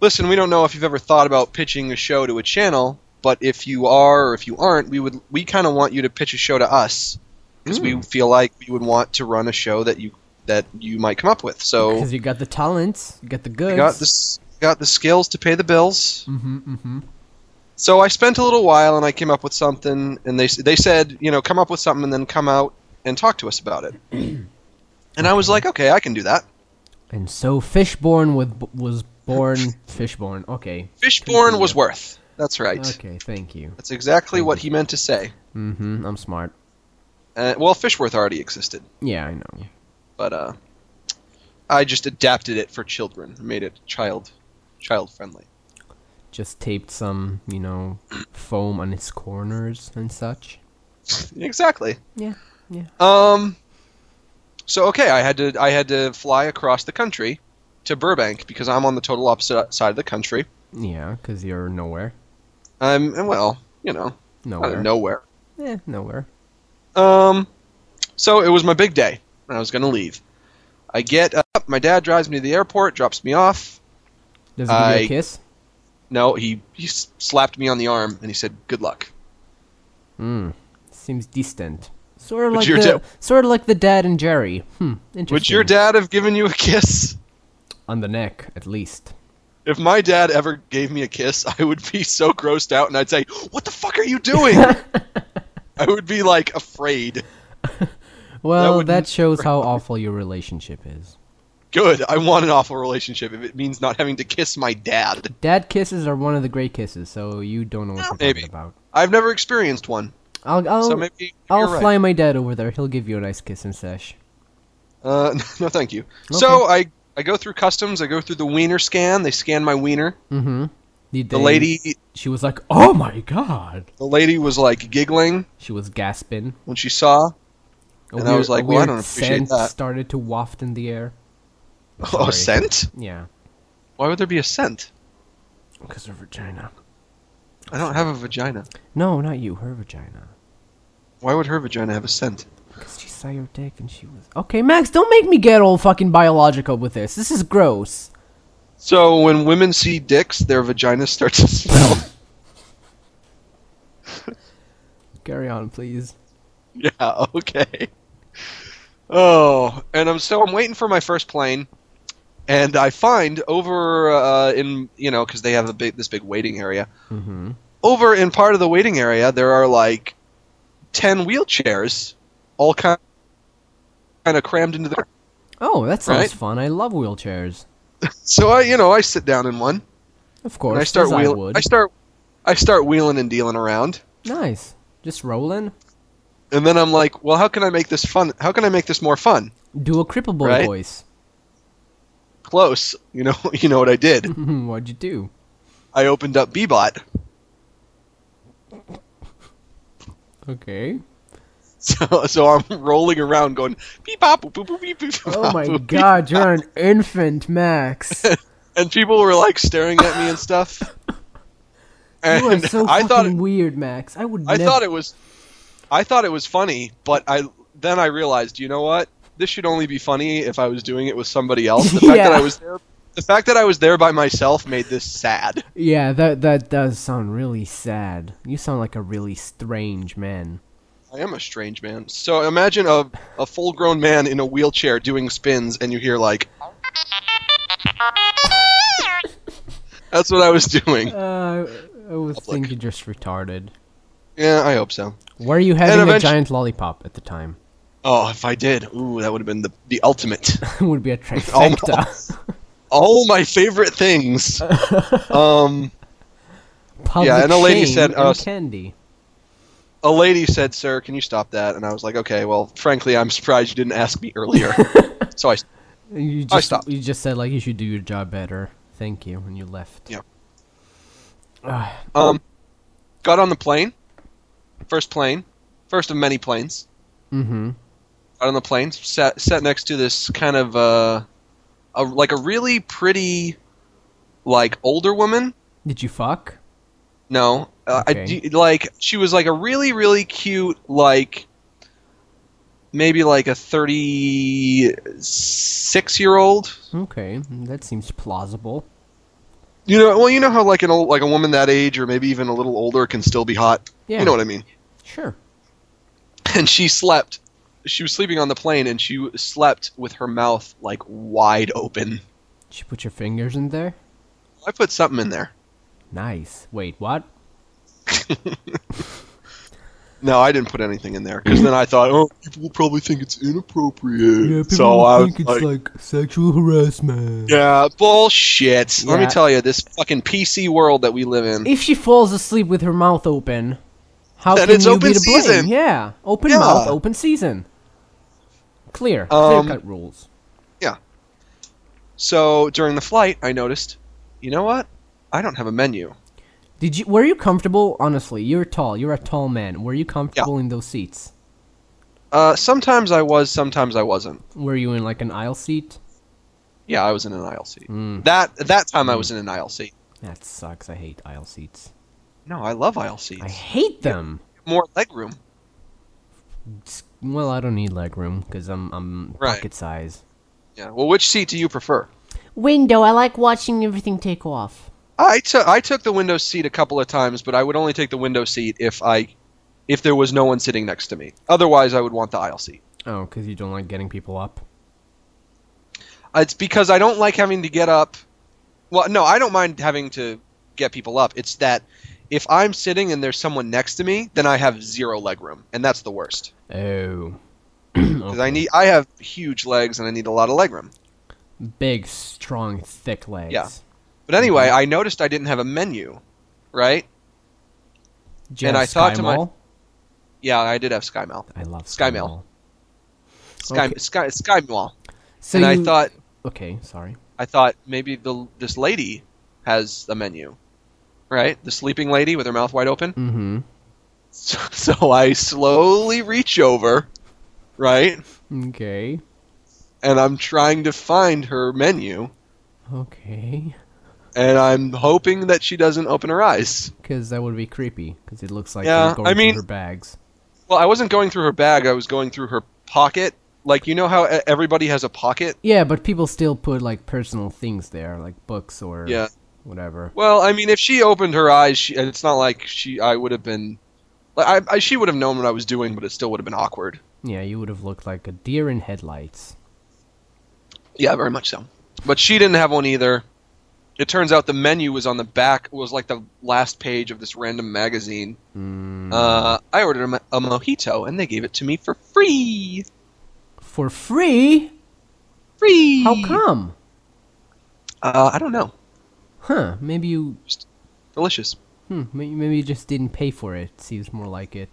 "Listen, we don't know if you've ever thought about pitching a show to a channel, but if you are or if you aren't, we would we kind of want you to pitch a show to us because we feel like we would want to run a show that you that you might come up with." So because you got the talents, you got the goods. I got this got the skills to pay the bills. Mm-hmm, mm-hmm. So I spent a little while and I came up with something, and they they said, you know, come up with something and then come out and talk to us about it. and I was like, okay, I can do that. And so Fishborn was was born Fishborn. Okay. Fishborn was worth. That's right. Okay, thank you. That's exactly what he meant to say. Mm-hmm. I'm smart. Uh, well, Fishworth already existed, Yeah, I know. but uh, I just adapted it for children, made it child child friendly. Just taped some, you know, foam on its corners and such. Exactly. Yeah, yeah. Um. So okay, I had to I had to fly across the country to Burbank because I'm on the total opposite side of the country. Yeah, because you're nowhere. I'm well, you know, out Nowhere. of nowhere. Uh, Eh, nowhere. Um, so it was my big day. and I was gonna leave. I get up. My dad drives me to the airport, drops me off. Does it give you I- a kiss? No, he he s- slapped me on the arm and he said, "Good luck." Mm. Seems distant. Sort of Would like your the da- sort of like the dad and Jerry. Hmm. Interesting. Would your dad have given you a kiss? on the neck at least? If my dad ever gave me a kiss, I would be so grossed out and I'd say, "What the fuck are you doing?" I would be like afraid. Well, would that, be shows how awful your relationship is. Good. I want an awful relationship if it means not having to kiss my dad. Dad kisses are one of the great kisses, so you don't know what Yeah, you're maybe. talking about. I've never experienced one, I'll I'll, so maybe Oh, I'll you're right. fly my dad over there. He'll give you a nice kiss and sesh. Uh, no, thank you. So I I go through customs. I go through the wiener scan. They scan my wiener. Mm-hmm. The lady She was like, "Oh my god!" the lady was like giggling She was gasping. when she saw. A And I was weird- a like, well, I weird don't appreciate scent that. started to waft in the air. Oh, Sorry. a scent? Yeah, Why would there be a scent? because her vagina. I don't have a vagina. No, not you. Her vagina. Why would her vagina have a scent? Because she saw your dick and she was okay. Max, don't make me get all fucking biological with this. This is gross. So when women see dicks, their vagina starts to smell. Carry on, please. yeah. Okay. Oh, and I'm so I'm waiting for my first plane, and I find over uh, in you know because they have a big this big waiting area. Mm-hmm. over in part of the waiting area, there are like 10 wheelchairs, all kind kind of crammed into the. Oh, that sounds Right? fun. I love wheelchairs. So I, you know, I sit down in one Of and course, I start as I wheel. would. I, start, I start wheeling and dealing around, nice. Just rolling. and then I'm like, well, how can I make this fun? How can I make this more fun? Do a cripple boy Right? voice. Close, you know, you know what I did. What'd you do? I opened up Bebot, Okay. so so I'm rolling around going beep bop boop boop boop beep boop. Oh my boop, beep. god, you're an infant, Max. and people were like staring at me and stuff. You are And so I fucking thought it, weird, Max. I would. I never... thought it was I thought it was funny, but I then I realized, you know what? This should only be funny if I was doing it with somebody else. The fact that Yeah. I was there the fact that I was there by myself made this sad. Yeah, that that does sound really sad. You sound like a really strange man. I am a strange man. So imagine a, a full grown man in a wheelchair doing spins and you hear like That's what I was doing. Uh, I was Public. thinking just retarded. Yeah, I hope so. Were you having a eventu- giant lollipop at the time? Oh, if I did, ooh, that would have been the, the ultimate. Would be a trifecta. All my favorite things. um, Public Yeah, and a lady shame said, and uh, candy. a lady said, "Sir, can you stop that?" And I was like, "Okay, well, frankly, I'm surprised you didn't ask me earlier." so I, You I just stopped. you just said like you should do your job better. Thank you, and you left. Yeah. Ah, um, got on the plane. First plane, first of many planes. mhm. Got on the plane, sat sat next to this kind of uh, a, like a really pretty, like older woman. Did you fuck? No, uh, I Okay. d- like she was like a really really cute like maybe like a 36 year old. Okay, that seems plausible. You know, well you know how like an old like a woman that age or maybe even a little older can still be hot. Yeah. You know what I mean? Sure. And she slept she was sleeping on the plane and she w- slept with her mouth like wide open. Did you put your fingers in there? I put something in there. Nice. Wait, what? No, I didn't put anything in there because then I thought, oh, people will probably think it's inappropriate. Mm, so I was like, sexual harassment. Yeah, bullshit. Let me Yeah. tell you, this fucking PC world that we live in. If she falls asleep with her mouth open, how Then can it's you open be to blame? season. Yeah, open Yeah. mouth, open season. Clear, Um, clear cut rules. So during the flight, I noticed, you know what? I don't have a menu. Did you? Were you comfortable? Honestly, you're tall. You're a tall man. Were you comfortable in those seats? Uh, sometimes I was, sometimes I wasn't. Were you in like an aisle seat? Yeah, I was in an aisle seat. Mm. That that time I was in an aisle seat. That sucks. I hate aisle seats. No, I love aisle seats. I hate them. More legroom. It's- Well, I don't need leg room because I'm I'm Right. pocket size. Yeah. Well, which seat do you prefer? Window. I like watching everything take off. I took I took the window seat a couple of times, but I would only take the window seat if I if there was no one sitting next to me. Otherwise, I would want the aisle seat. Oh, because you don't like getting people up. It's because I don't like having to get up. Well, no, I don't mind having to get people up. It's that if I'm sitting and there's someone next to me, then I have zero leg room, and that's the worst. Oh. Because I need, I have huge legs and I need a lot of leg room. big, strong, thick legs. Yeah. But anyway, Mm-hmm. I noticed I didn't have a menu, right? Jeff And I thought to my- Skymall? Yeah, I did have SkyMail. I love Skymall. Skymall. Sky, Okay. Sky, SkyMail. So and I you- thought, okay, sorry. I thought maybe the this lady has a menu, right? The sleeping lady with her mouth wide open. Mm-hmm. So, so I slowly reach over, right? Okay. And I'm trying to find her menu, Okay. and I'm hoping that she doesn't open her eyes. Because that would be creepy. Because it looks like Yeah, you're going I through mean- her bags. Well, I wasn't going through her bag, I was going through her pocket. Like, you know how e- everybody has a pocket? Yeah, but people still put like personal things there, like books or Yeah. whatever. Well, I mean, if she opened her eyes, she, it's not like she I would have been. Like, I, I, she would have known what I was doing, but it still would have been awkward. Yeah, you would have looked like a deer in headlights. Yeah, very much so. But she didn't have one either. It turns out the menu was on the back, was like the last page of this random magazine. Mm. Uh, I ordered a, mo- a mojito and they gave it to me for free. For free? Free. How come? Uh, I don't know. Huh? Maybe you. Delicious. Hmm. may- Maybe you just didn't pay for it. Seems more like it. Oh.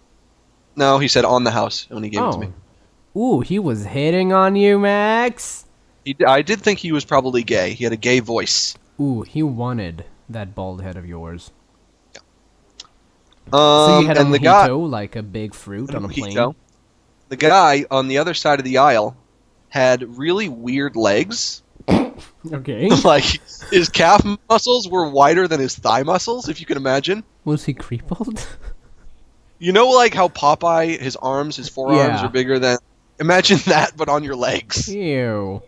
No, he said on the house when he gave it to me. Ooh, he was hitting on you, Max. He, d- I did think he was probably gay. He had a gay voice. Ooh, he wanted that bald head of yours. Um, so you had a and mojito, the guy, like a big fruit on a plane. mojito. the guy on the other side of the aisle had really weird legs. Okay. like his calf muscles were wider than his thigh muscles, if you can imagine. Was he crippled? You know, like how Popeye, his arms, his forearms Yeah. are bigger than. Imagine that, but on your legs. Ew.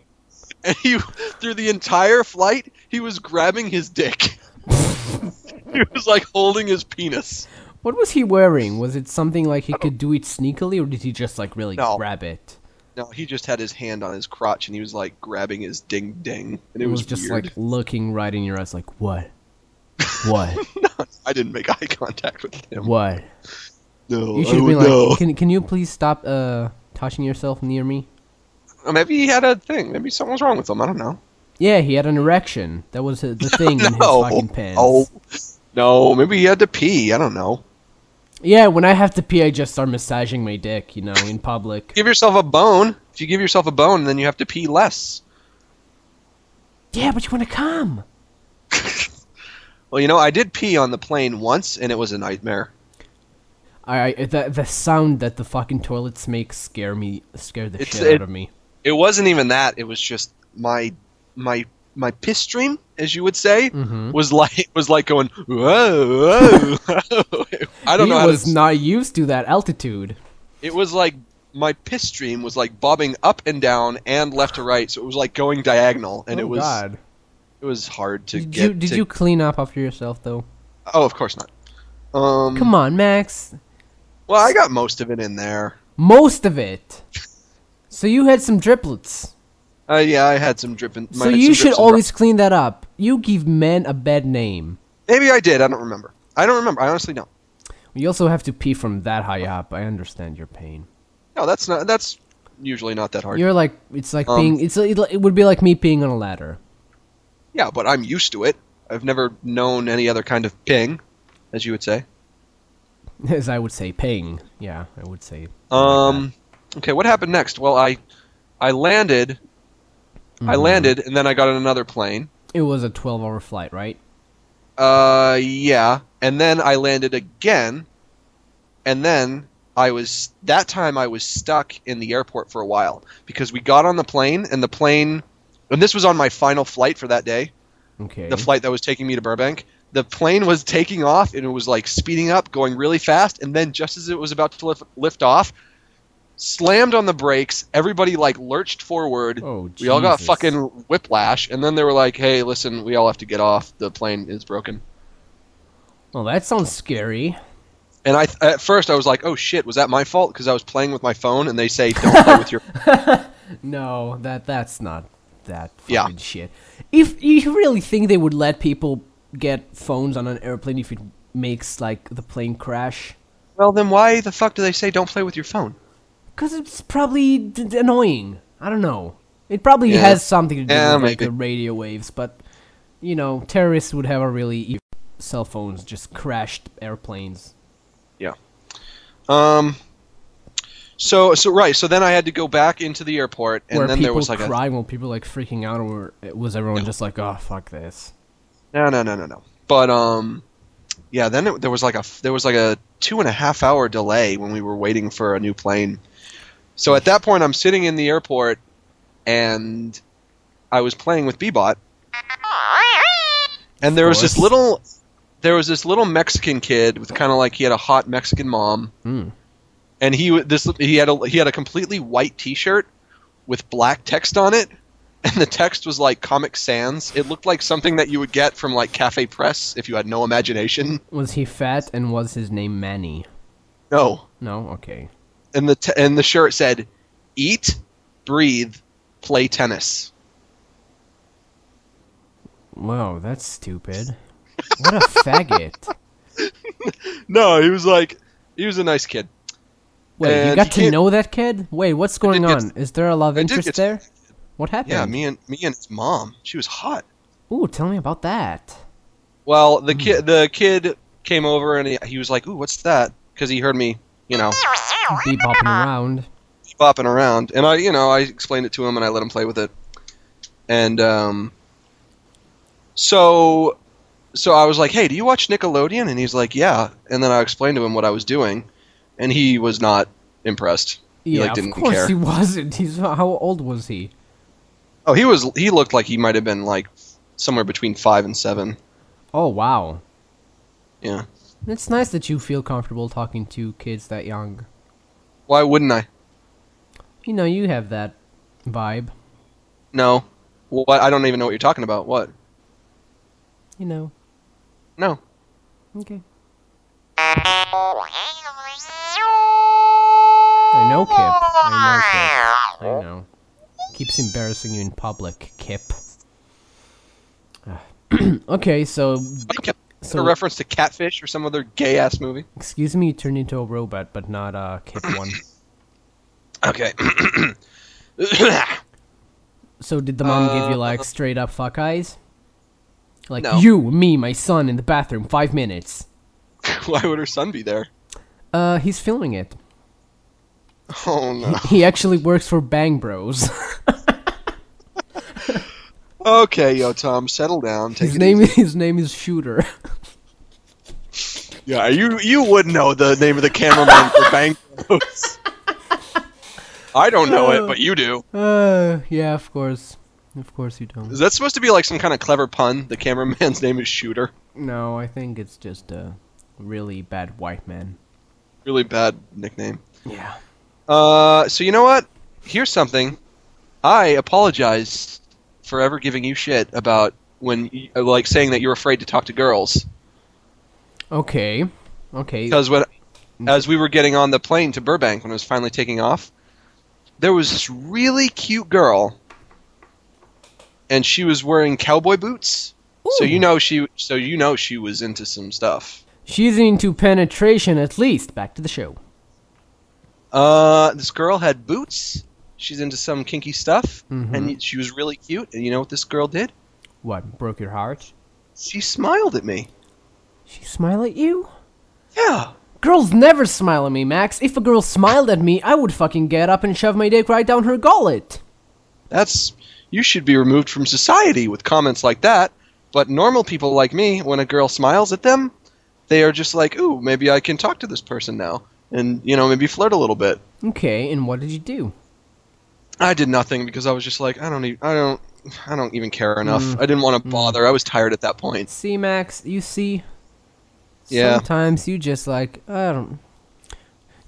And he, through the entire flight, he was grabbing his dick. he was like holding his penis. What was he wearing? Was it something like he could do it sneakily, or did he just like really No. grab it? No, he just had his hand on his crotch and he was like grabbing his ding ding, and it, It was, was just weird. like looking right in your eyes, like what, what, I didn't make eye contact with him. what? No, You I should be would like, know. can can you please stop uh touching yourself near me? Or Maybe he had a thing. Maybe something was wrong with him. I don't know. Yeah, he had an erection. That was uh, the thing in his fucking pants. Oh, no. Maybe he had to pee. I don't know. Yeah, when I have to pee, I just start massaging my dick, you know, in public. Give yourself a bone. If you give yourself a bone, then you have to pee less. Yeah, but you want to come. Well, you know, I did pee on the plane once, and it was a nightmare. I, I the the sound that the fucking toilets make scare me, scare the It's- shit it- out of me. It wasn't even that. It was just my my my piss stream, as you would say, Mhm. was like was like going whoa. whoa. I don't he know. How was to, not used to that altitude. it was like my piss stream was like bobbing up and down and left to right, so it was like going diagonal, and oh it was God. it was hard to Did get. you did to- you clean up after yourself though? Oh, of course not. Um, Come on, Max. Well, I got most of it in there. Most of it. So you had some driplets. Uh, yeah, I had some dripping. so you should always clean that up. You give men a bad name. Maybe I did. I don't remember. I don't remember. I honestly don't. You also have to pee from that high up. I understand your pain. No, that's not. That's usually not that hard. You're like it's like Um, being it's it would be like me peeing on a ladder. Yeah, but I'm used to it. I've never known any other kind of ping, as you would say. As I would say, ping. Yeah, I would say. Um, okay, what happened next? Well, I, I landed. I Mhm. landed, and then I got on another plane. It was a 12 hour flight, right? Uh, yeah, and then I landed again, and then I was that time I was stuck in the airport for a while because we got on the plane and the plane, and this was on my final flight for that day. Okay. the flight that was taking me to Burbank. The plane was taking off and it was like speeding up, going really fast, and then just as it was about to lift, lift off, slammed on the brakes. Everybody like lurched forward. Oh, we all got Jesus. fucking whiplash, and then they were like, "Hey, listen, we all have to get off. The plane is broken." Well, Oh, that sounds scary. And I at first I was like, "Oh shit, was that my fault?" Because I was playing with my phone, and they say, "Don't play with your." No, that that's not that Yeah. fucking shit. If you really think they would let people get phones on an airplane if it makes like the plane crash, Well, then why the fuck do they say don't play with your phone? because it's probably d- d- annoying. I don't know. It probably Yeah. has something to do Yeah, with like, maybe. the radio waves, but you know, terrorists would have a really e- cell phones just crashed airplanes. Um. So so right. So then I had to go back into the airport, and where then people there was like a crying, where people like freaking out, or was everyone just like, "Oh fuck this"? No, no, no, no, no. But um, yeah. Then it, there was like a there was like a two and a half hour delay when we were waiting for a new plane. So at that point, I'm sitting in the airport, and I was playing with Bebot, and there was this course. little there was this little Mexican kid with kind of like he had a hot Mexican mom, Mm. and he w- this he had a he had a completely white T-shirt with black text on it, and the text was like Comic Sans. It looked like something that you would get from like Cafe Press if you had no imagination. Was he fat, and was his name Manny? No, No, okay. and the t- and the shirt said, "Eat, breathe, play tennis." Wow, that's stupid. What a faggot. No, he was like, he was a nice kid. Wait, And you he got to can't- know that kid? Wait, what's going did get- on? Is there a love I did interest get- there? What happened? Yeah, me and me and his mom. She was hot. Hmm. Ooh, tell me about that. Well, the kid the kid came over and he, he was like, "Ooh, what's that?" Because he heard me, you know, Be bopping around. bopping around, and I, you know, I explained it to him and I let him play with it, and um, so, so I was like, "Hey, do you watch Nickelodeon?" And he's like, "Yeah," and then I explained to him what I was doing, and he was not impressed. He yeah, like didn't of course care. he wasn't. He's how old was he? Oh, he was. He looked like he might have been like somewhere between five and seven. Oh wow, Yeah. it's nice that you feel comfortable talking to kids that young. Why wouldn't I? You know, you have that vibe. No. What? I don't even know what you're talking about. What? You know. No. Okay. I know, Kip. I know, Kip. I know. Keeps embarrassing you in public, Kip. Ah. okay, so a so reference to Catfish or some other gay ass movie. excuse me, you turned into a robot, but not uh, Kip one. Okay. So did the mom give you Uh, like straight up fuck eyes? Like No. you, me, my son in the bathroom, five minutes. Why would her son be there? Uh, he's filming it. Oh no. He actually works for Bang Bros. Okay, yo, Tom, settle down. Take his it name easy. is his name is Shooter. Yeah, you you would know the name of the cameraman for Bang Bros. I don't know it, but you do. Uh, yeah, of course, of course you don't. Is that supposed to be like some kind of clever pun? The cameraman's name is Shooter. No, I think it's just a really bad white man. Really bad nickname. Yeah. Uh, so you know what? Here's something. I apologize for ever giving you shit about when, you, like, saying that you're afraid to talk to girls. Okay. Okay. Because when, as we were getting on the plane to Burbank when it was finally taking off, there was this really cute girl, and she was wearing cowboy boots. So Ooh. you know she, so you know she was into some stuff. She's into penetration at least. Back to the show. Uh, this girl had boots. She's into some kinky stuff, and she was really cute. And you know what this girl did? What broke your heart? She smiled at me. She smile at you. Yeah. Girls never smile at me, Max. If a girl smiled at me, I would fucking get up and shove my dick right down her gullet. That's you should be removed from society with comments like that. But normal people like me, when a girl smiles at them, they are just like, "Ooh, maybe I can talk to this person now." And, you know, maybe flirt a little bit. Okay, and what did you do? I did nothing because I was just like, I don't even I don't I don't even care enough. I didn't want to bother. I was tired at that point. See, Max, you see. Yeah. Sometimes you just like I don't.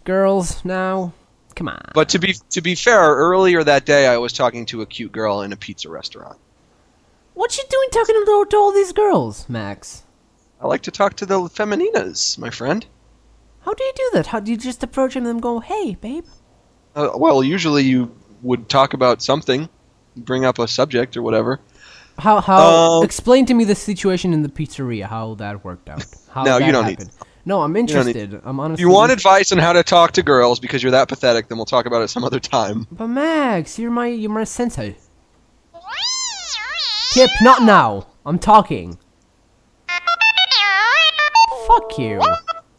Girls now, come on. But to be to be fair, earlier that day I was talking to a cute girl in a pizza restaurant. What you doing talking to, to all these girls, Max? I like to talk to the femininas, my friend. How do you do that? How do you just approach them and go, "Hey, babe"? Uh, well, usually you would talk about something, bring up a subject or whatever. How how? Um, explain to me the situation in the pizzeria. How that worked out. How No, that you don't need- happened. No, I'm don't need- interested. I'm If honestly. you want advice on how to talk to girls because you're that pathetic, then we'll talk about it some other time. But Max, you're my you're my sensei. Kip, not now. I'm talking. Fuck you.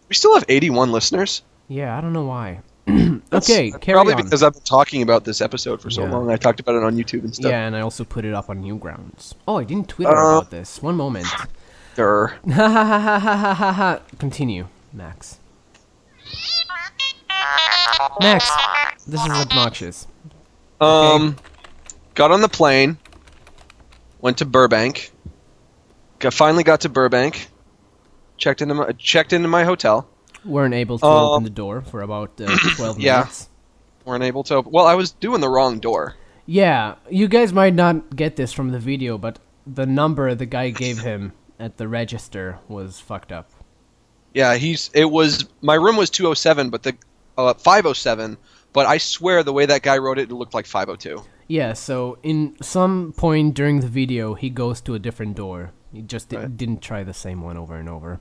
We still have 81 listeners. Yeah, I don't know why. That's okay, carry probably on. because I've been talking about this episode for so Yeah. long. I talked about it on YouTube and stuff. yeah, and I also put it up on Newgrounds. Oh, I didn't Twitter Uh, about this. One moment. Grr. Ha ha ha ha ha ha ha ha. Continue, Max. Max, this is obnoxious. Um, got on the plane, went to Burbank. Got, finally got to Burbank. Checked into my, checked into my hotel. Weren't able to Uh, open the door for about uh, 12 Yeah. minutes. Weren't able to. Well, I was doing the wrong door. Yeah, you guys might not get this from the video, but the number the guy gave him at the register was fucked up. Yeah, he's. It was my room was 207, but the uh, 507. But I swear, the way that guy wrote it, it looked like 502. Yeah, so in some point during the video, he goes to a different door. He just di- Right. didn't try the same one over and over.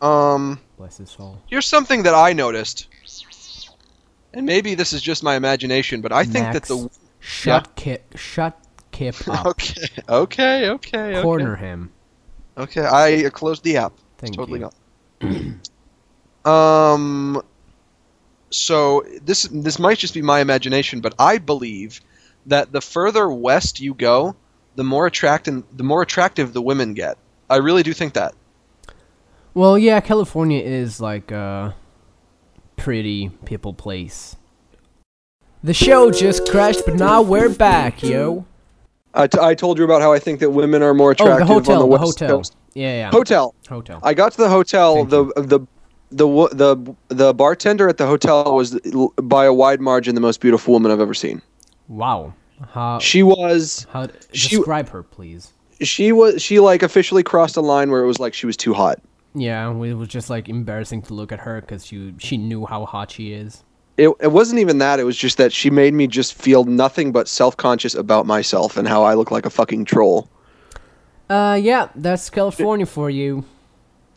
Um. Bless his soul. Here's something that I noticed, and maybe this is just my imagination, but I think that Max, the shut Kip, shut Kip up. okay, okay, okay, Corner him. Okay, okay I closed the app. Thank totally you. gone. um, so this this might just be my imagination, but I believe that the further west you go, the more attractive the more attractive the women get. I really do think that. Well, yeah, California is like a pretty people place. The show just crashed, but now we're back, yo. I, t- I told you about how I think that women are more Oh, the attractive hotel. on the The, West hotel. Coast. Yeah, yeah. Hotel. hotel. I got to the hotel. Thank The, the the wo- the the bartender at the hotel was l- by a wide margin the most beautiful woman I've ever seen. wow. How? She was How? she- Describe her, please. she was she like officially crossed a line where it was like she was too hot. Yeah, it was just like embarrassing to look at her because she she knew how hot she is. It, it wasn't even that. It was just that she made me just feel nothing but self conscious about myself and how I look like a fucking troll. Uh, yeah, that's California for you.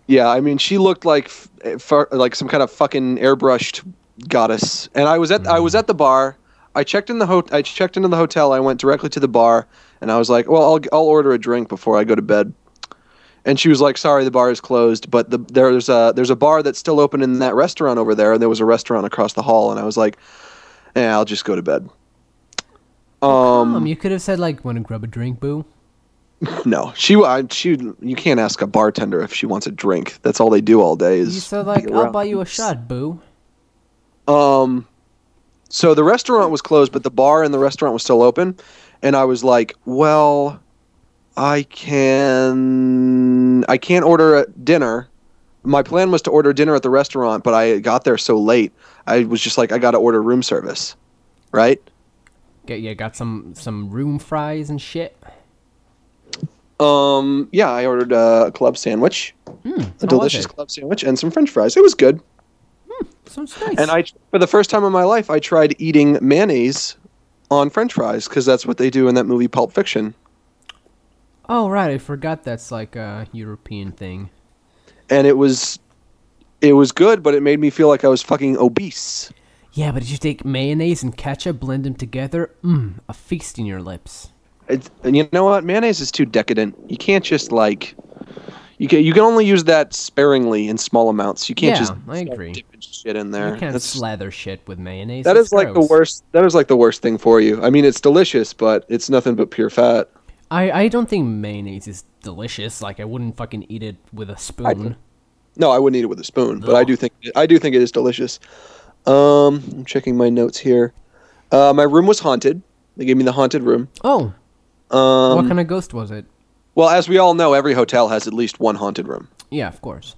Yeah, I mean, she looked like f- far, like some kind of fucking airbrushed goddess. And I was at I was at the bar. I checked in the ho- I checked into the hotel. I went directly to the bar, and I was like, "Well, I'll I'll order a drink before I go to bed." And she was like, "Sorry, the bar is closed, but the, there's a there's a bar that's still open in that restaurant over there, and there was a restaurant across the hall." And I was like, "Yeah, I'll just go to bed." Um, Um, you could have said like, "Want to grab a drink, boo?" no, she I, she you can't ask a bartender if she wants a drink. That's all they do all day You is said like, be "I'll around. buy you a shot, boo." Um, so the restaurant was closed, but the bar and the restaurant was still open. And I was like, well, I can I can't order a dinner. My plan was to order dinner at the restaurant, but I got there so late. I was just like, I got to order room service, right? Get yeah, got some some room fries and shit. Um, yeah, I ordered a club sandwich, a Mm, How delicious was it? club sandwich, and some French fries. It was good. Sounds nice. And I, for the first time in my life, I tried eating mayonnaise on French fries because that's what they do in that movie Pulp Fiction. oh right, I forgot that's like a European thing. and it was it was good, but it made me feel like I was fucking obese. Yeah, but if you take mayonnaise and ketchup, blend them together, mmm, a feast in your lips. It's, and you know what? Mayonnaise is too decadent. You can't just like you can you can only use that sparingly in small amounts. You can't Yeah, just I start agree. dipping shit in there. You can't That's- slather shit with mayonnaise. that It's is like the gross. worst. That is like the worst thing for you. I mean, it's delicious, but it's nothing but pure fat. I I don't think mayonnaise is delicious. Like I wouldn't fucking eat it with a spoon. No, I wouldn't eat it with a spoon, but I do think I do think it is delicious. Um, I'm checking my notes here. Uh, my room was haunted. They gave me the haunted room. Oh, Um, what kind of ghost was it? Well, as we all know, every hotel has at least one haunted room. Yeah, of course.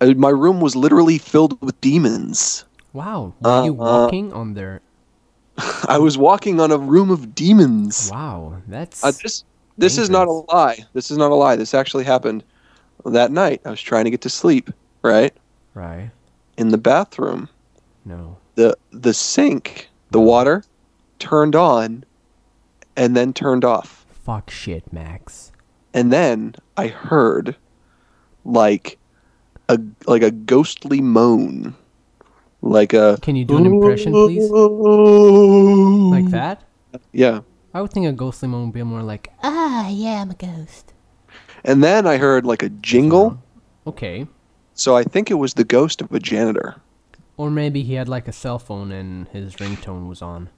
Uh, my room was literally filled with demons. Wow, were you walking on their? I was walking on a room of demons. Wow, that's Uh, this this is not a Dangerous. lie. This is not a lie. This actually happened that night. I was trying to get to sleep, right? right. In the bathroom, No. the the sink, the water turned on and then turned off. Fuck shit, Max. And then I heard like a like a ghostly moan. Like a Can you do an impression, please? Like Like that? Yeah. I would think a ghostly moan would be more like, Ah, yeah, I'm a ghost. And then I heard like a Uh-huh. jingle. okay. So I think it was the ghost of a janitor. Or maybe he had like a cell phone and his ringtone was on.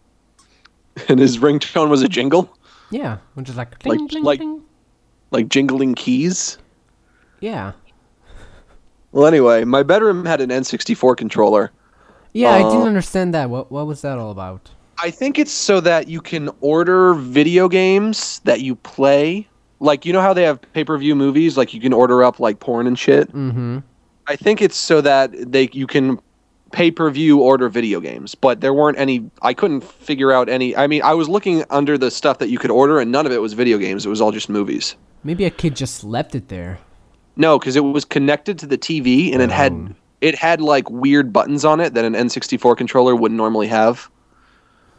And his ringtone was a jingle, Yeah, which is like, Like- ding, ding, like- ding. like jingling keys. Yeah. Well, anyway, my bedroom had an N64 controller. Yeah, I Uh, didn't understand that. What what was that all about? I think it's so that you can order video games that you play. Like, you know how they have pay per view movies? Like, you can order up like porn and shit. Mm-hmm. I think it's so that they you can pay per view order video games, but there weren't any. I couldn't figure out any. I mean, I was looking under the stuff that you could order, and none of it was video games. It was all just movies. Maybe a kid just left it there. No, because it was connected to the TV, and it had it had like weird buttons on it that an N64 controller wouldn't normally have.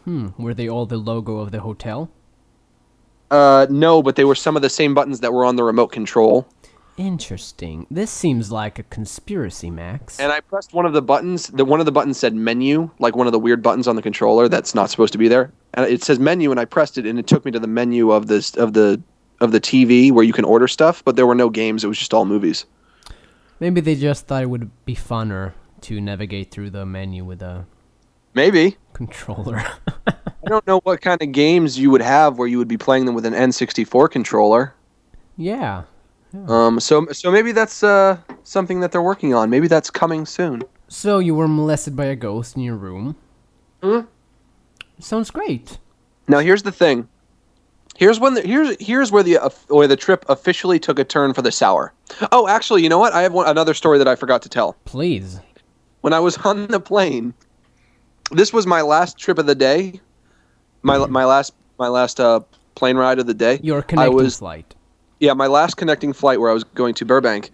Hmm. Were they all the logo of the hotel? Uh, no, but they were some of the same buttons that were on the remote control. Interesting. This seems like a conspiracy, Max. And I pressed one of the buttons. The one of the buttons said menu, like one of the weird buttons on the controller that's not supposed to be there. And it says menu, and I pressed it, and it took me to the menu of this of the of the TV where you can order stuff. But there were no games; it was just all movies. Maybe they just thought it would be funner to navigate through the menu with a Maybe controller. I don't know what kind of games you would have where you would be playing them with an N64 controller. yeah. Um, so so maybe that's uh something that they're working on. Maybe that's coming soon. So you were molested by a ghost in your room. Hmm. Sounds great. Now here's the thing. Here's when the, here's here's where the uh, where the trip officially took a turn for the sour. Oh, actually, you know what? I have one, another story that I forgot to tell. Please. When I was on the plane, this was my last trip of the day. My my last my last uh, plane ride of the day. Your I connecting was flight. yeah, my last connecting flight where I was going to Burbank,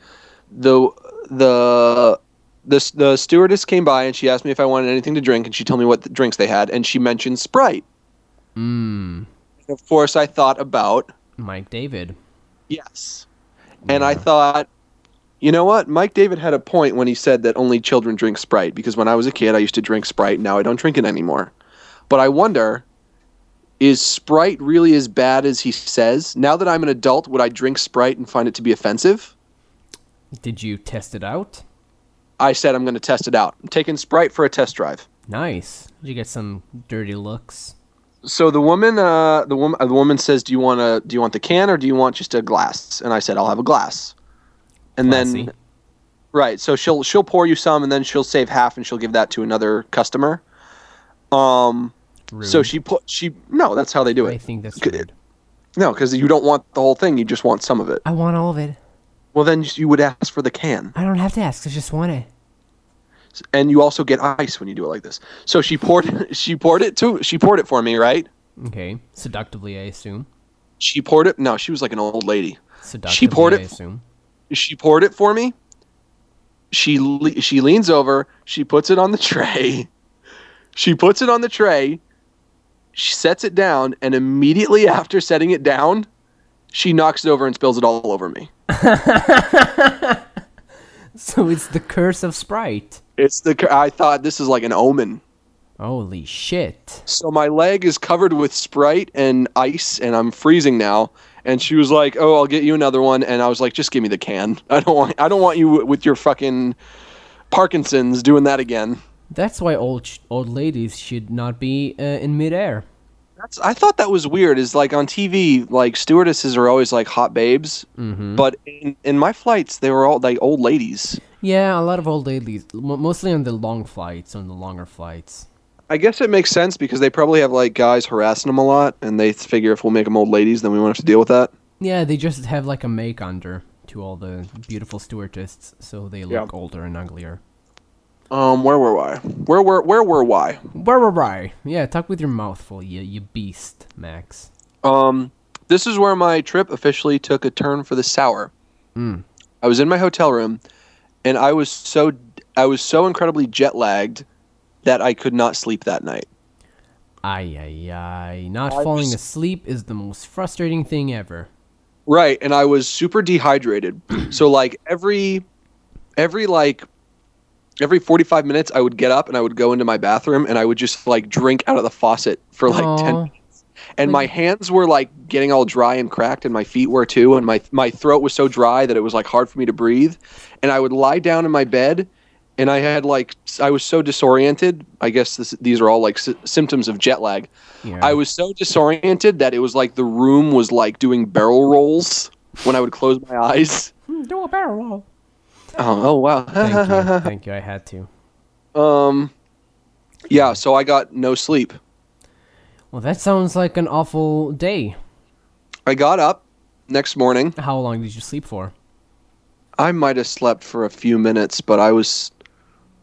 the the the the stewardess came by and she asked me if I wanted anything to drink, and she told me what the drinks they had, and she mentioned Sprite. Mmm. And of course, I thought about Mike David. yes, and I thought, you know what, Mike David had a point when he said that only children drink Sprite because when I was a kid, I used to drink Sprite. Now I don't drink it anymore, but I wonder. Is Sprite really as bad as he says? Now that I'm an adult, would I drink Sprite and find it to be offensive? Did you test it out? I said I'm going to test it out. I'm taking Sprite for a test drive. Nice. Did you get some dirty looks? So the woman, uh, the woman, uh, the woman says, "Do you want a, do you want the can or do you want just a glass?" And I said, "I'll have a glass." And Classy. then, right, so she'll she'll pour you some, and then she'll save half, and she'll give that to another customer. Um, so Rude. she put she no, that's how they do I it. think that's Good. rude. No, because you don't want the whole thing; you just want some of it. I want all of it. Well, then you would ask for the can. I don't have to ask. I just want it. and you also get ice when you do it like this. So she poured she poured it to she poured it for me, right? Okay. Seductively, I assume. She poured it. No, she was like an old lady. Seductively, poured I it- assume. She poured it for me. She le- she leans over. She puts it on the tray. She puts it on the tray. She sets it down, and immediately after setting it down, she knocks it over and spills it all over me. So it's the curse of Sprite. It's the cur- I thought this is like an omen. Holy shit. So my leg is covered with Sprite and ice, and I'm freezing now. And she was like, "Oh, I'll get you another one." And I was like, "Just give me the can. I don't want. I don't want you with your fucking Parkinson's doing that again." That's why old sh- old ladies should not be uh, in midair. That's. I thought that was weird. Is like on TV, like stewardesses are always like hot babes, Mm-hmm. but in, in my flights, they were all like old ladies. Yeah, a lot of old ladies, mo- mostly on the long flights, on the longer flights. I guess it makes sense because they probably have like guys harassing them a lot, and they figure if we'll make them old ladies, then we won't have to deal with that. Yeah, they just have like a make under to all the beautiful stewardesses, so they Yeah. look older and uglier. Um, where were I? Where were where were why? Where were I? Yeah, talk with your mouth full, you you beast, Max. Um, this is where my trip officially took a turn for the sour. Mm. I was in my hotel room, and I was so I was so incredibly jet lagged that I could not sleep that night. Ay ay ay. Not I falling was- asleep is the most frustrating thing ever. Right, and I was super dehydrated. so like every every like every 45 minutes I would get up and I would go into my bathroom and I would just like drink out of the faucet for like 10 Aw. minutes. And my hands were like getting all dry and cracked and my feet were too and my my throat was so dry that it was like hard for me to breathe. And I would lie down in my bed and I had like s- I was so disoriented. I guess this, these are all like s- symptoms of jet lag. Yeah. I was so disoriented that it was like the room was like doing barrel rolls when I would close my eyes. Hmm, do a barrel roll. Oh, oh Thank wow. you, thank you. I had to. um, yeah. So I got no sleep. Well, that sounds like an awful day. I got up next morning. How long did you sleep for? I might have slept for a few minutes, but I was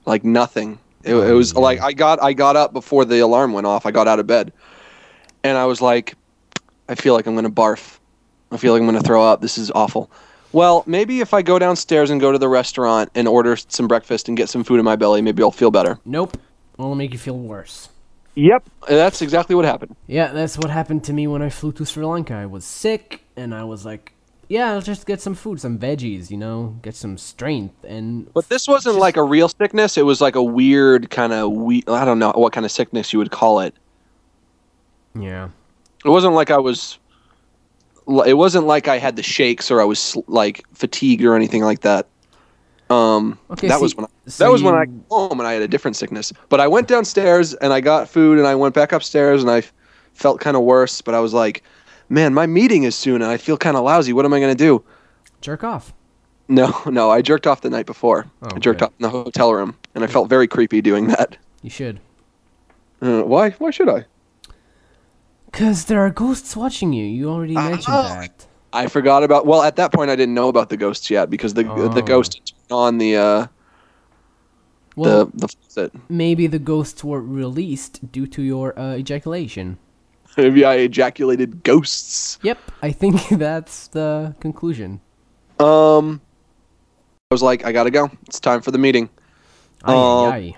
like nothing. It, it was like I got I got up before the alarm went off. I got out of bed, and I was like, I feel like I'm gonna barf. I feel like I'm gonna throw up. This is awful. Well, maybe if I go downstairs and go to the restaurant and order some breakfast and get some food in my belly, maybe I'll feel better. Nope. Only make you feel worse. Yep, that's exactly what happened. Yeah, that's what happened to me when I flew to Sri Lanka. I was sick, and I was like, yeah, I'll just get some food, some veggies, you know, get some strength. And But this wasn't like a real sickness. It was like a weird kind of we. I don't know what kind of sickness you would call it. yeah, it wasn't like I was. It wasn't like I had the shakes or I was like fatigued or anything like that. Um, Okay, that so- was when I, so that was when you- I got home and I had a different sickness. But I went downstairs and I got food and I went back upstairs and I f- felt kind of worse. But I was like, man, my meeting is soon and I feel kind of lousy. What am I gonna do? jerk off. No, no, I jerked off the night before. Oh, I jerked good. off in the hotel room and I felt very creepy doing that. You should. Uh, why? Why should I? Because there are ghosts watching you. You already Ah, mentioned Oh. that. I forgot about. Well, at that point, I didn't know about the ghosts yet because the Oh. the ghost turned on the uh, Well, the the faucet. maybe the ghosts were released due to your uh, ejaculation. Maybe I ejaculated ghosts. Yep, I think that's the conclusion. Um, I was like, I gotta go. It's time for the meeting. Aye, Um, aye.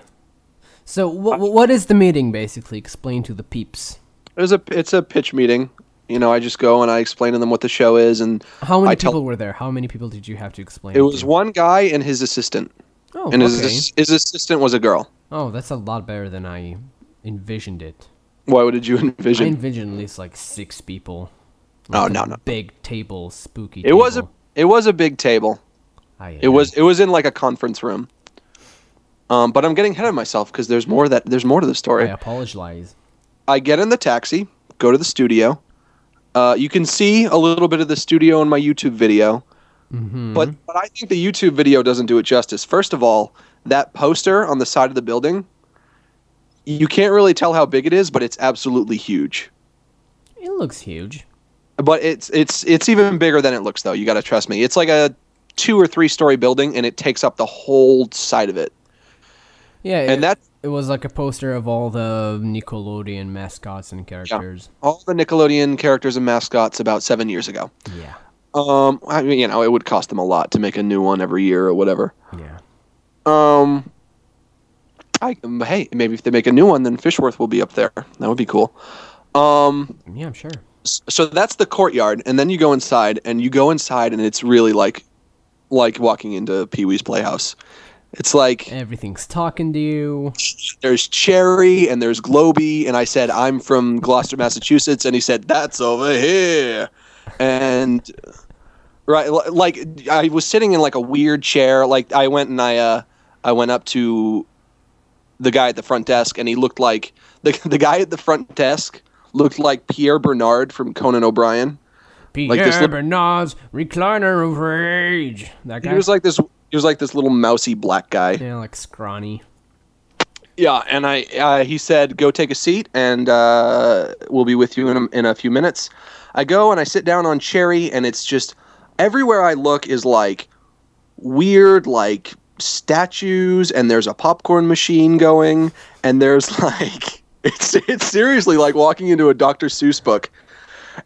So, wh- wh- what is the meeting basically? Explain to the peeps. It was a it's a pitch meeting. You know, I just go and I explain to them what the show is, and How many I tell- people were there? How many people did you have to explain? it was to? one guy and his assistant, Oh, and his okay. ass- his assistant was a girl. Oh, that's a lot better than I envisioned it. Why would you I envision? envisioned at least like six people. Oh, Like a no, no. Big table, spooky. It was a it was a big table. It was it was in like a conference room. Um, but I'm getting ahead of myself because there's more that there's more to the I story. apologize. I get in the taxi, go to the studio. Uh, you can see a little bit of the studio in my YouTube video, Mm-hmm. but but I think the YouTube video doesn't do it justice. First of all, that poster on the side of the building, you can't really tell how big it is, but it's absolutely huge. it looks huge. But it's it's it's even bigger than it looks though. You got to trust me. It's like a two or three story building, and it takes up the whole side of it. Yeah, it, And that it was like a poster of all the Nickelodeon mascots and characters. all the Nickelodeon characters and mascots about seven years ago. Yeah, Um, I mean, you know, it would cost them a lot to make a new one every year or whatever. yeah. Um, I um, hey, maybe if they make a new one, then Fishworth will be up there. That would be cool. Um, Yeah, I'm sure. s- so that's the courtyard, and then you go inside, and you go inside, and it's really like, like walking into Pee Wee's Playhouse. It's like Everything's talking to you. there's Cherry and there's Globy, and I said I'm from Gloucester, Massachusetts, and he said that's over here, and right li- like I was sitting in like a weird chair. Like I went and I uh, I went up to the guy at the front desk, and he looked like the the guy at the front desk looked like Pierre Bernard from Conan O'Brien. Pierre this li- Bernard's recliner of rage. That guy He was like this. He was like this little mousy black guy. yeah, like scrawny. Yeah, and I uh, he said, "Go take a seat, and uh, we'll be with you in a, in a few minutes." I go and I sit down on Cherry, and it's just everywhere I look is like weird, like statues, and there's a popcorn machine going, and there's like it's it's seriously like walking into a Dr. Seuss book.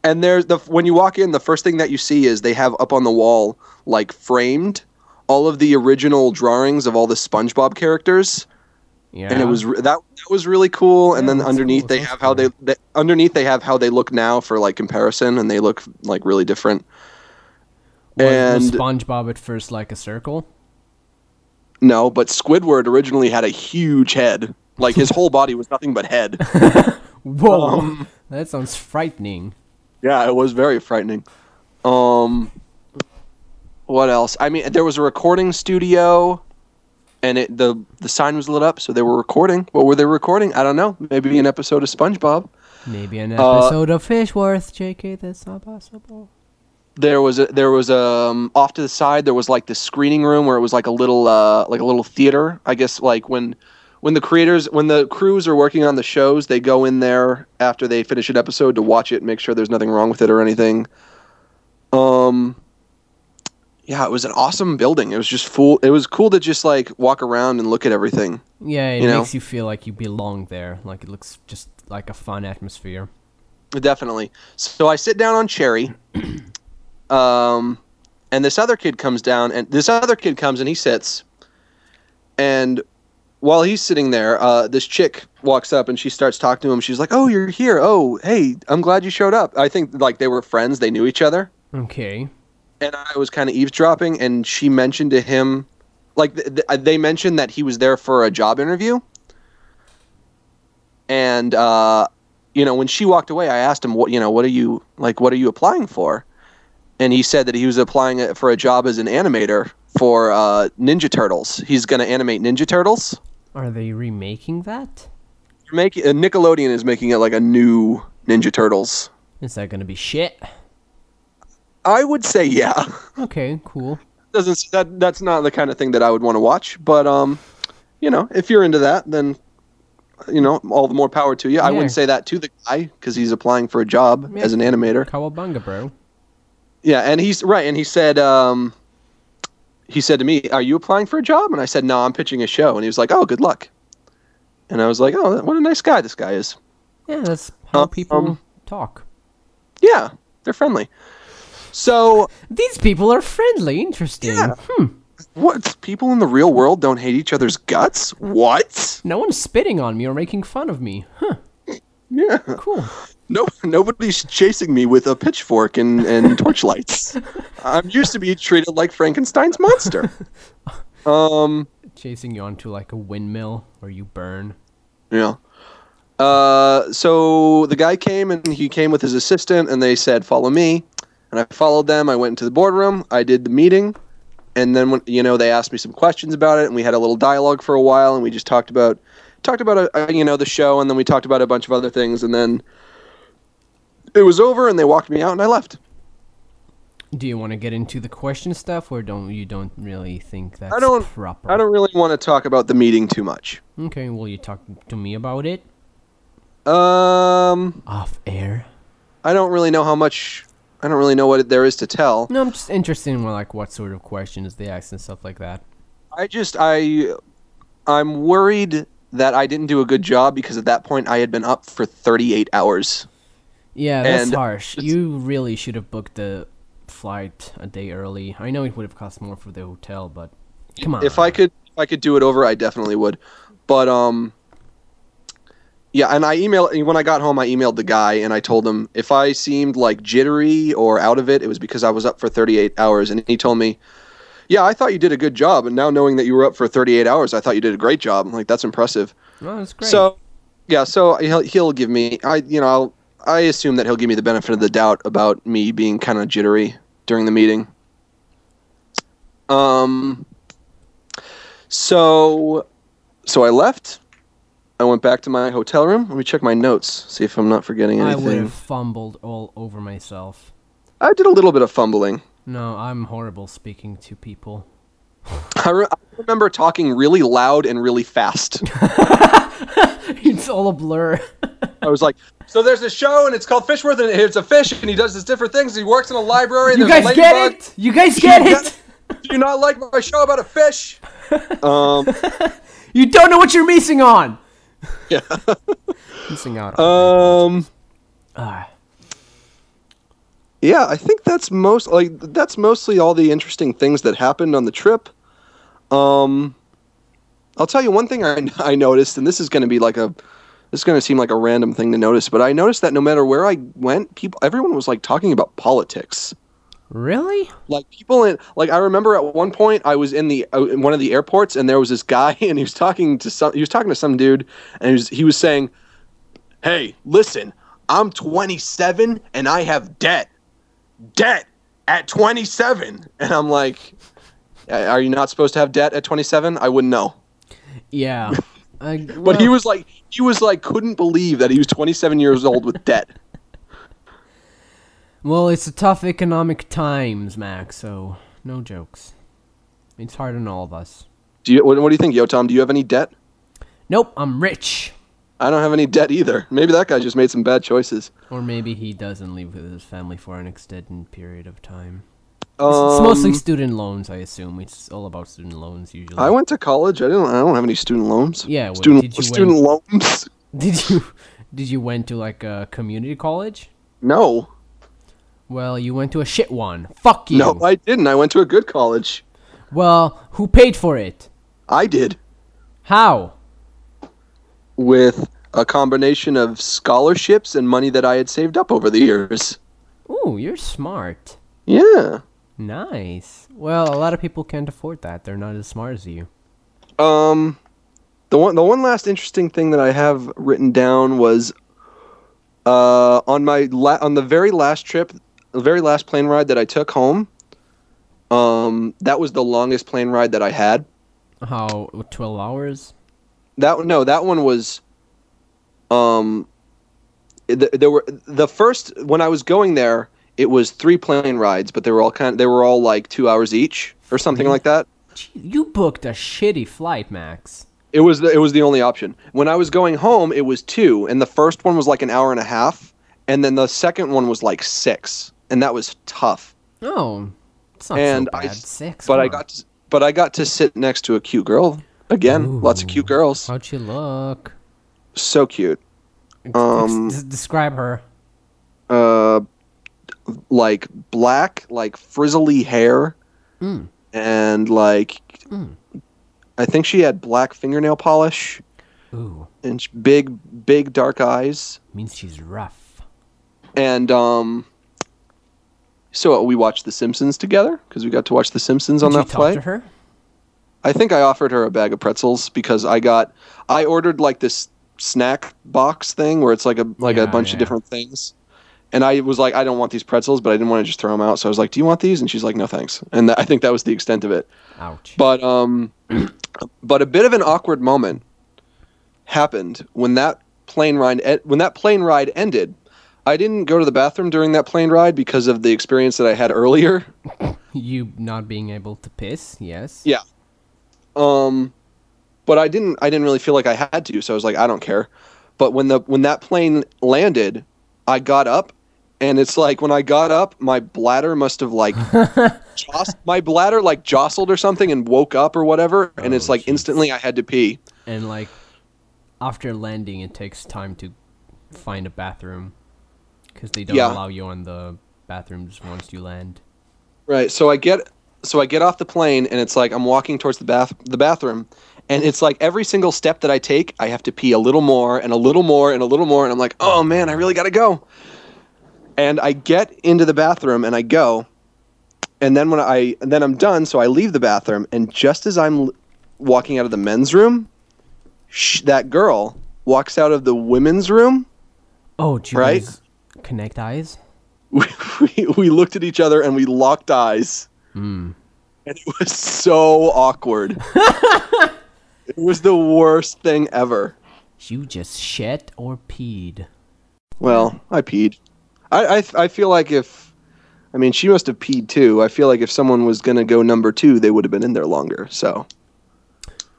And there's the when you walk in, the first thing that you see is they have up on the wall, like framed, all of the original drawings of all the SpongeBob characters Yeah, and it was re- that that was really cool. And Yeah, then that's underneath cool. they That's have how they, they underneath they have how they look now for like comparison, and they look like really different. Was- was and- SpongeBob at first like a circle. No, but Squidward originally had a huge head. Like his whole body was nothing but head. Whoa, Um, that sounds frightening. Yeah, it was very frightening. Um, what else? I mean, there was a recording studio, and it the the sign was lit up, so they were recording. What were they recording? I don't know. Maybe an episode of SpongeBob. Maybe an Uh, episode of Fishworth, JK. That's not possible. there was a, there was um off to the side there was like this screening room where it was like a little uh like a little theater i guess like when when the creators when the crews are working on the shows they go in there after they finish an episode to watch it make sure there's nothing wrong with it or anything um yeah it was an awesome building it was just full it was cool to just like walk around and look at everything Yeah, it you know? makes you feel like you belong there. Like it looks just like a fun atmosphere. Definitely. So I sit down on Cherry, um, and this other kid comes down, and this other kid comes and he sits, and while he's sitting there, uh, this chick walks up and she starts talking to him. She's like, "Oh, you're here. Oh, hey, I'm glad you showed up." I think like they were friends; they knew each other, Okay. and I was kind of eavesdropping, and she mentioned to him, like th- th- they mentioned that he was there for a job interview, and uh, you know when she walked away, I asked him what you know what are you like what are you applying for, and he said that he was applying uh, for a job as an animator for uh, Ninja Turtles. He's going to animate Ninja Turtles. Are they remaking that? They're Making uh, Nickelodeon is making it like a new Ninja Turtles. Is that gonna be shit? I would say yeah. Okay, cool. doesn't that that's not the kind of thing that I would want to watch. But um, you know, if you're into that, then you know, all the more power to you. I Yeah. wouldn't say that to the guy because he's applying for a job Yeah. as an animator. Kawabunga, bro. Yeah, and he's right. And he said, um, he said to me, "Are you applying for a job?" And I said, "No, I'm pitching a show." And he was like, "Oh, good luck." And I was like, "Oh, what a nice guy this guy is." Yeah, that's how Um, people talk. Yeah, they're friendly. So, These people are friendly. Interesting. Yeah. Hmm. what? People in the real world don't hate each other's guts? What? No one's spitting on me or making fun of me. Huh. Yeah. Cool. No, nobody's chasing me with a pitchfork and, and torch lights. I'm used to be treated like Frankenstein's monster. Um, Chasing you onto like a windmill where you burn. yeah. Uh, so the guy came and he came with his assistant, and they said, "Follow me." And I followed them. I went into the boardroom. I did the meeting, and then when you know they asked me some questions about it, and we had a little dialogue for a while, and we just talked about talked about uh you know the show, and then we talked about a bunch of other things, and then it was over, and they walked me out, and I left. Do you want to get into the question stuff, or don't you don't really think that's don't- proper? I don't really want to talk about the meeting too much. Okay, will you talk to me about it Um, off air? I don't really know how much. I don't really know what there is to tell. No, I'm just interested in like what sort of questions they ask and stuff like that. I just I, I'm worried that I didn't do a good job because at that point I had been up for 38 hours. Yeah, that's And harsh. it's- You really should have booked the flight a day early. I know it would have cost more for the hotel, but come on. If I could, if I could do it over, I definitely would. But um, yeah, and I emailed when I got home. I emailed the guy and I told him if I seemed like jittery or out of it, it was because I was up for 38 hours. And he told me, "Yeah, I thought you did a good job, and now knowing that you were up for 38 hours, I thought you did a great job. I'm like, that's impressive." oh, that's great. So, yeah, so he'll he'll give me. I you know I'll, I assume that he'll give me the benefit of the doubt about me being kind of jittery during the meeting. Um. So, so I left. I went back to my hotel room. Let me check my notes, see if I'm not forgetting I would anything. have fumbled all over myself. I, did a little bit of fumbling. No, I'm horrible speaking to people. I, re- I remember talking really loud and really fast. it's all a blur. I was like, "So there's a show, and it's called Fishworth, and it's a fish, and he does these different things. He works in a library. And you there's a guys get ladybug." it? You guys get got- it? Do you not like my show about a fish? Um, You don't know what you're missing on. Yeah. missing out. on. um, Ah. yeah, I think that's most like that's mostly all the interesting things that happened on the trip. Um, I'll tell you one thing I, I noticed, and this is going to be like a this is going to seem like a random thing to notice, but I noticed that no matter where I went, people everyone was like talking about politics. really? like people in like i remember at one point i was in the uh, in one of the airports and there was this guy and he was talking to some he was talking to some dude and he was he was saying hey listen i'm 27 and i have debt debt at 27 and i'm like "A- are you not supposed to have debt at 27 i wouldn't know Yeah. I, but he well, was like he was like couldn't believe that he was 27 years old with debt well, it's a tough economic times, Max. So no jokes. It's hard on all of us. do you what, what do you think yo tom do you have any debt Nope, I'm rich. i don't have any debt either maybe that guy just made some bad choices Or maybe he doesn't live with his family for an extended period of time. It's, it's mostly Um, student loans, I assume. It's all about student loans usually. I went to college. I didn't. I don't have any student loans. Yeah, well, student did you student loans. Did you? Did you went to like a community college? No, Well, you went to a shit one. Fuck you. no, I didn't. I went to a good college. well, who paid for it? I did How? with a combination of scholarships and money that I had saved up over the years. Ooh, you're smart. Yeah. Nice. Well, a lot of people can't afford that. They're not as smart as you. Um, the one the one last interesting thing that I have written down was, uh, on my la- on the very last trip, the very last plane ride that I took home. Um, that was the longest plane ride that I had. How 12 hours? That no, that one was, um, th- there were the first when I was going there. It was three plane rides, but they were all kind. they were all Mhm. like two hours each or something like that. Gee, you booked a shitty flight, Max. It was the, it was the only option. When I was going home, it was two, and the first one was like an hour and a half, and then the second one was like six, and that was tough. Oh, it's not and so bad. I s- Six. but come I on. got to, but I got to sit next to a cute girl again. Lots of Ooh. cute girls, How'd she look? so cute. Ex- Um, ex- describe her. Uh, like black, like frizzly hair, Mm. and like Mm. I think she had black fingernail polish Ooh, and sh- big, big dark eyes. means she's rough. and um so we watched the simpsons together because we got to watch the simpsons on Did you that talk flight to her? i think i offered her a bag of pretzels because i got i ordered like this snack box thing where it's like a like Yeah, a bunch yeah. of different things and i was like i don't want these pretzels but i didn't want to just throw them out so i was like do you want these and she's like no thanks and tha- i think that was the extent of it Ouch. but um, but a bit of an awkward moment happened when that plane ride e- when that plane ride ended. I didn't go to the bathroom during that plane ride because of the experience that I had earlier. you not being able to piss? Yes. Yeah. Um, but I didn't I didn't really feel like I had to, so I was like, I don't care. But when the when that plane landed, I got up, and it's like when I got up, my bladder must have like jost- my bladder like jostled or something and woke up or whatever, and it's Oh, like jeez. instantly I had to pee. And like, after landing, it takes time to find a bathroom because they don't Yeah. allow you on the bathrooms once you land. Right. So I get so I get off the plane and it's like I'm walking towards the bath the bathroom and it's like every single step that I take, I have to pee a little more and a little more and a little more and I'm like, "Oh man, I really got to go." And I get into the bathroom and I go. And then when I and then I'm done, so I leave the bathroom and just as I'm l- walking out of the men's room, sh- that girl walks out of the women's room. Oh, did you Right? guys connect eyes? We, we, we looked at each other and we locked eyes. Mm. and it was so awkward. it was the worst thing ever. You just shit or peed. Well, I peed. I, I I feel like if, I mean, she must have peed too. I feel like if someone was gonna go number two, they would have been in there longer. So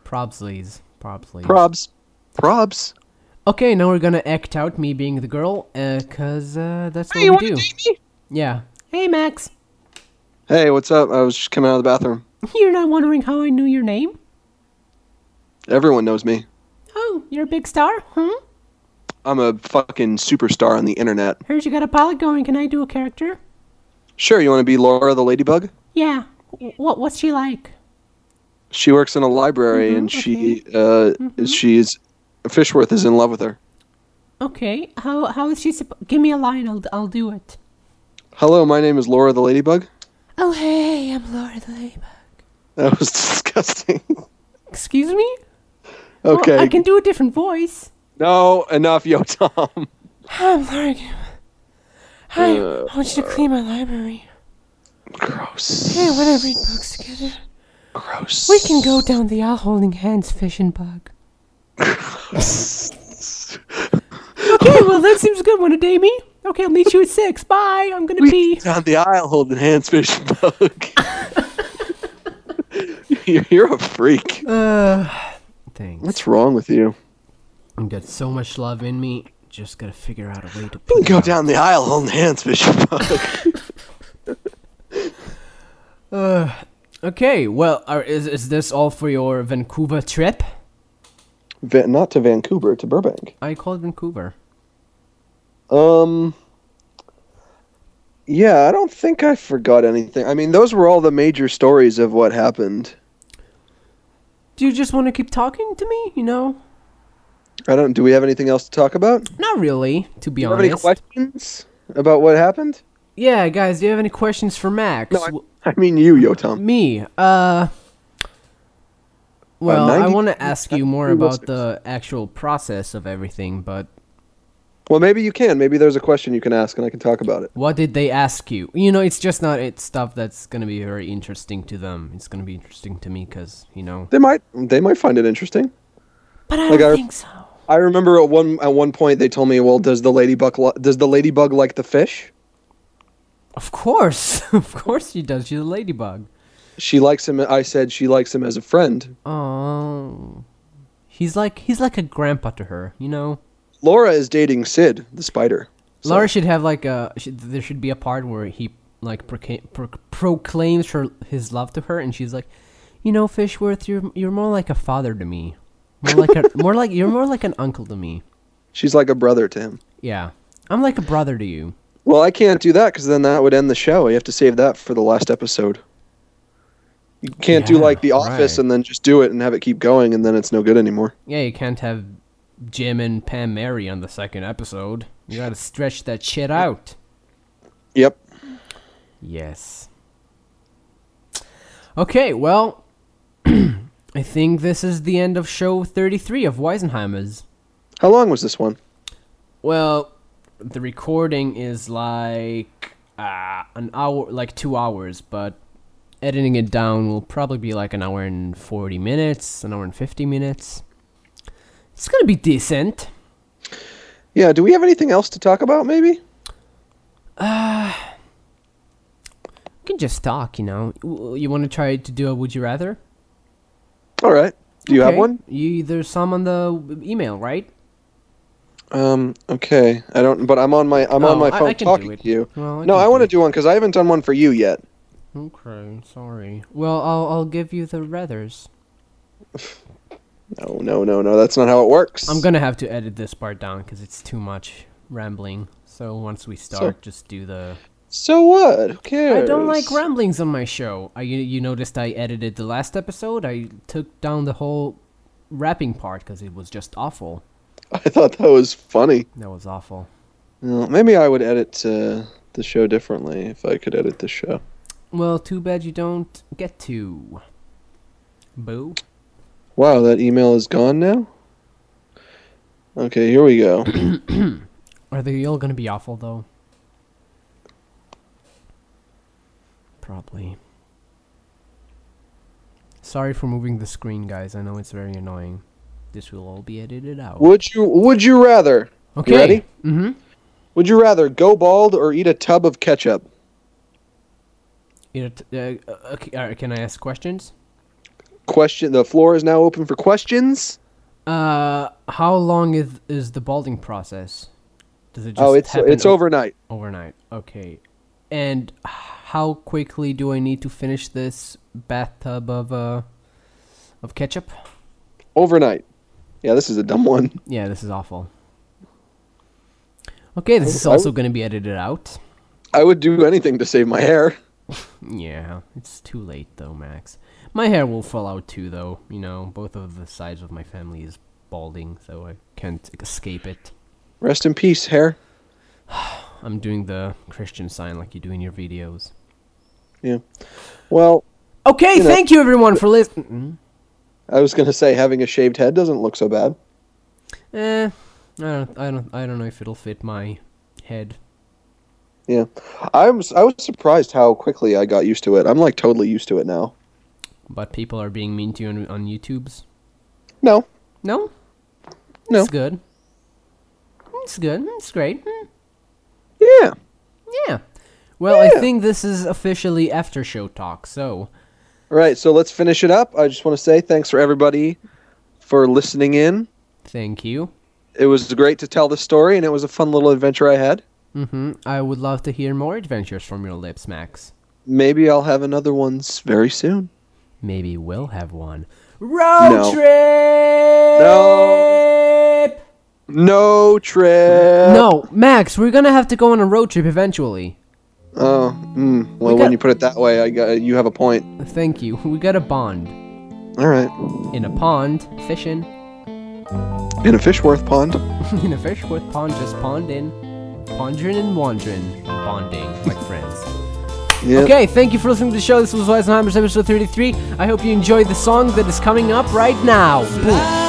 Probsleys. Probsleys. probs, probs. Okay, now we're gonna act out me being the girl, uh, cause uh, that's what we do. Yeah. Hey, Max. Hey, what's up? I was just coming out of the bathroom. You're not wondering how I knew your name? Everyone knows me. Oh, you're a big star, huh? I'm a fucking superstar on the internet. Heard you got a pilot going. Can I do a character? Sure, you want to be Laura the Ladybug? Yeah. What what's she like? She works in a library, and she uh, she's Fishworth is in love with her. Okay. How how is she supposed Give me a line. I'll I'll do it. Hello, my name is Laura the Ladybug. Oh hey, I'm Laura the Ladybug. That was disgusting. Excuse me? Well, okay. I can do a different voice. No, enough, yo, Tom. I'm Laura. Hi. I want you to clean my library. Gross. Yeah, we're gonna read books together. Gross. We can go down the aisle holding hands, fish and bug. Okay, well that seems good. Wanna date me? Okay, I'll meet you at six. Bye. I'm gonna pee. down the aisle holding hands, fish and bug. you're, you're a freak. Uh, Thanks. What's wrong with you? I've got so much love in me. Just gotta figure out a way We to put can go down the aisle holding hands, fish and bug. Uh, Okay, well, are, is is this all for your Vancouver trip? Va- not to Vancouver, to Burbank. I called Vancouver. Um. Yeah, I don't think I forgot anything. I mean, those were all the major stories of what happened. Do you just want to keep talking to me? You know, I don't. Do we have anything else to talk about? not really, to be Do you have honest. any questions about what happened? yeah, guys, do you have any questions for Max? No, I- W- I mean you, Yo Tom. me. Uh. Well, I 90 want to ask you more about listeners. the actual process of everything, but Well, maybe you can. Maybe there's a question you can ask, and I can talk about it. what did they ask you? You know, it's just not it's stuff that's gonna be very interesting to them. It's gonna be interesting to me because you know. They might. They might find it interesting. But I Like don't our- think so. I remember at one at one point they told me, "Well, does the ladybug li- does the ladybug like the fish? Of course, of course she does. She's a ladybug. She likes him." I said, "She likes him as a friend." Oh, He's like he's like a grandpa to her, you know. Laura is dating Sid, the spider. So- Laura should have like a should, there should be a part where he like proca- pro- proclaims her his love to her, and she's like, you know, Fishworth, you're you're more like a father to me, more like a more like you're more like an uncle to me. She's like a brother to him. Yeah, I'm like a brother to you. Well, I can't do that because then that would end the show. You have to save that for the last episode. You can't do Yeah, like The Office right. and then just do it and have it keep going and then it's no good anymore. Yeah, you can't have Jim and Pam marry on the second episode. You gotta stretch that shit out. Yep. Yes. Okay, well, I think this is the end of show 33 of Weisenheimer's. How long was this one? Well, the recording is like uh, an hour, like two hours, but editing it down will probably be like an hour and 40 minutes, an hour and 50 minutes. It's gonna be decent. Yeah. Do we have anything else to talk about? Maybe. We can just talk, you know. W- You want to try to do a would you rather? All right. Do you have Okay. one? You there's some on the w- email, right? Um. Okay. I don't. But I'm on my. I'm on Oh, my I- I phone can do talking it. to you. Well, I no, can I do want to it. do one because I haven't done one for you yet. Okay, sorry. Well, I'll I'll give you the rathers. No, no, no, no. That's not how it works. I'm gonna have to edit this part down because it's too much rambling. So once we start, just do the. So what? Who cares? I don't like ramblings on my show. I you, you noticed I edited the last episode. I took down the whole rapping part because it was just awful. I thought that was funny. That was awful. No, maybe I would edit uh, the show differently if I could edit the show. Well, too bad you don't get to. Boo. Wow, that email is gone now. Okay, here we go. Are they all gonna be awful though? Probably. Sorry for moving the screen, guys. I know it's very annoying. This will all be edited out. would you Would you rather? Okay. ready? Mm-hmm. Would you rather go bald or eat a tub of ketchup? It, uh, uh, okay, uh, can I ask questions? Question. The floor is now open for questions. Uh, how long is is the balding process? Does it just oh, it's happen it's o- overnight. overnight? Okay. And how quickly do I need to finish this bathtub of uh of ketchup? Overnight. Yeah, this is a dumb one. Yeah, this is awful. Okay, this is I would- also going to be edited out. I would do anything to save my hair. Yeah, it's too late though, Max. My hair will fall out too, though. You know, both of the sides of my family is balding, so I can't escape it. Rest in peace, hair. I'm doing the Christian sign like you do in your videos. Well, Okay, You know. thank you everyone for listening. I was gonna say having a shaved head doesn't look so bad. Eh, I don't, I don't, I don't know if it'll fit my head. Yeah, I'm. s- I was surprised how quickly I got used to it. I'm like totally used to it now. But people are being mean to you on, on YouTube's. No, No. No. It's good. It's good. It's great. Mm, yeah, Yeah. Well, I Yeah. think this is officially after show talk. So All right, so let's finish it up. I just want to say thanks for everybody for listening in. thank you. It was great to tell this story, and it was a fun little adventure I had. Mm-hmm. I would love to hear more adventures from your lips, Max. Maybe I'll have another one s- very soon. Maybe we'll have one. Road No. trip. No trip. No, Max, we're gonna have to go on a road trip eventually. Oh, mm, well, got- when you put it that way, I got you have a point. Thank you. We got a bond All right, in a pond, fishing in a Fishworth pond. in a fish with pond, just ponding, pondering and wandering, bonding like friends. Yeah. Okay, thank you for listening to the show. This was Weisenheimer's episode 33. I hope you enjoyed the song that is coming up right now. Boom.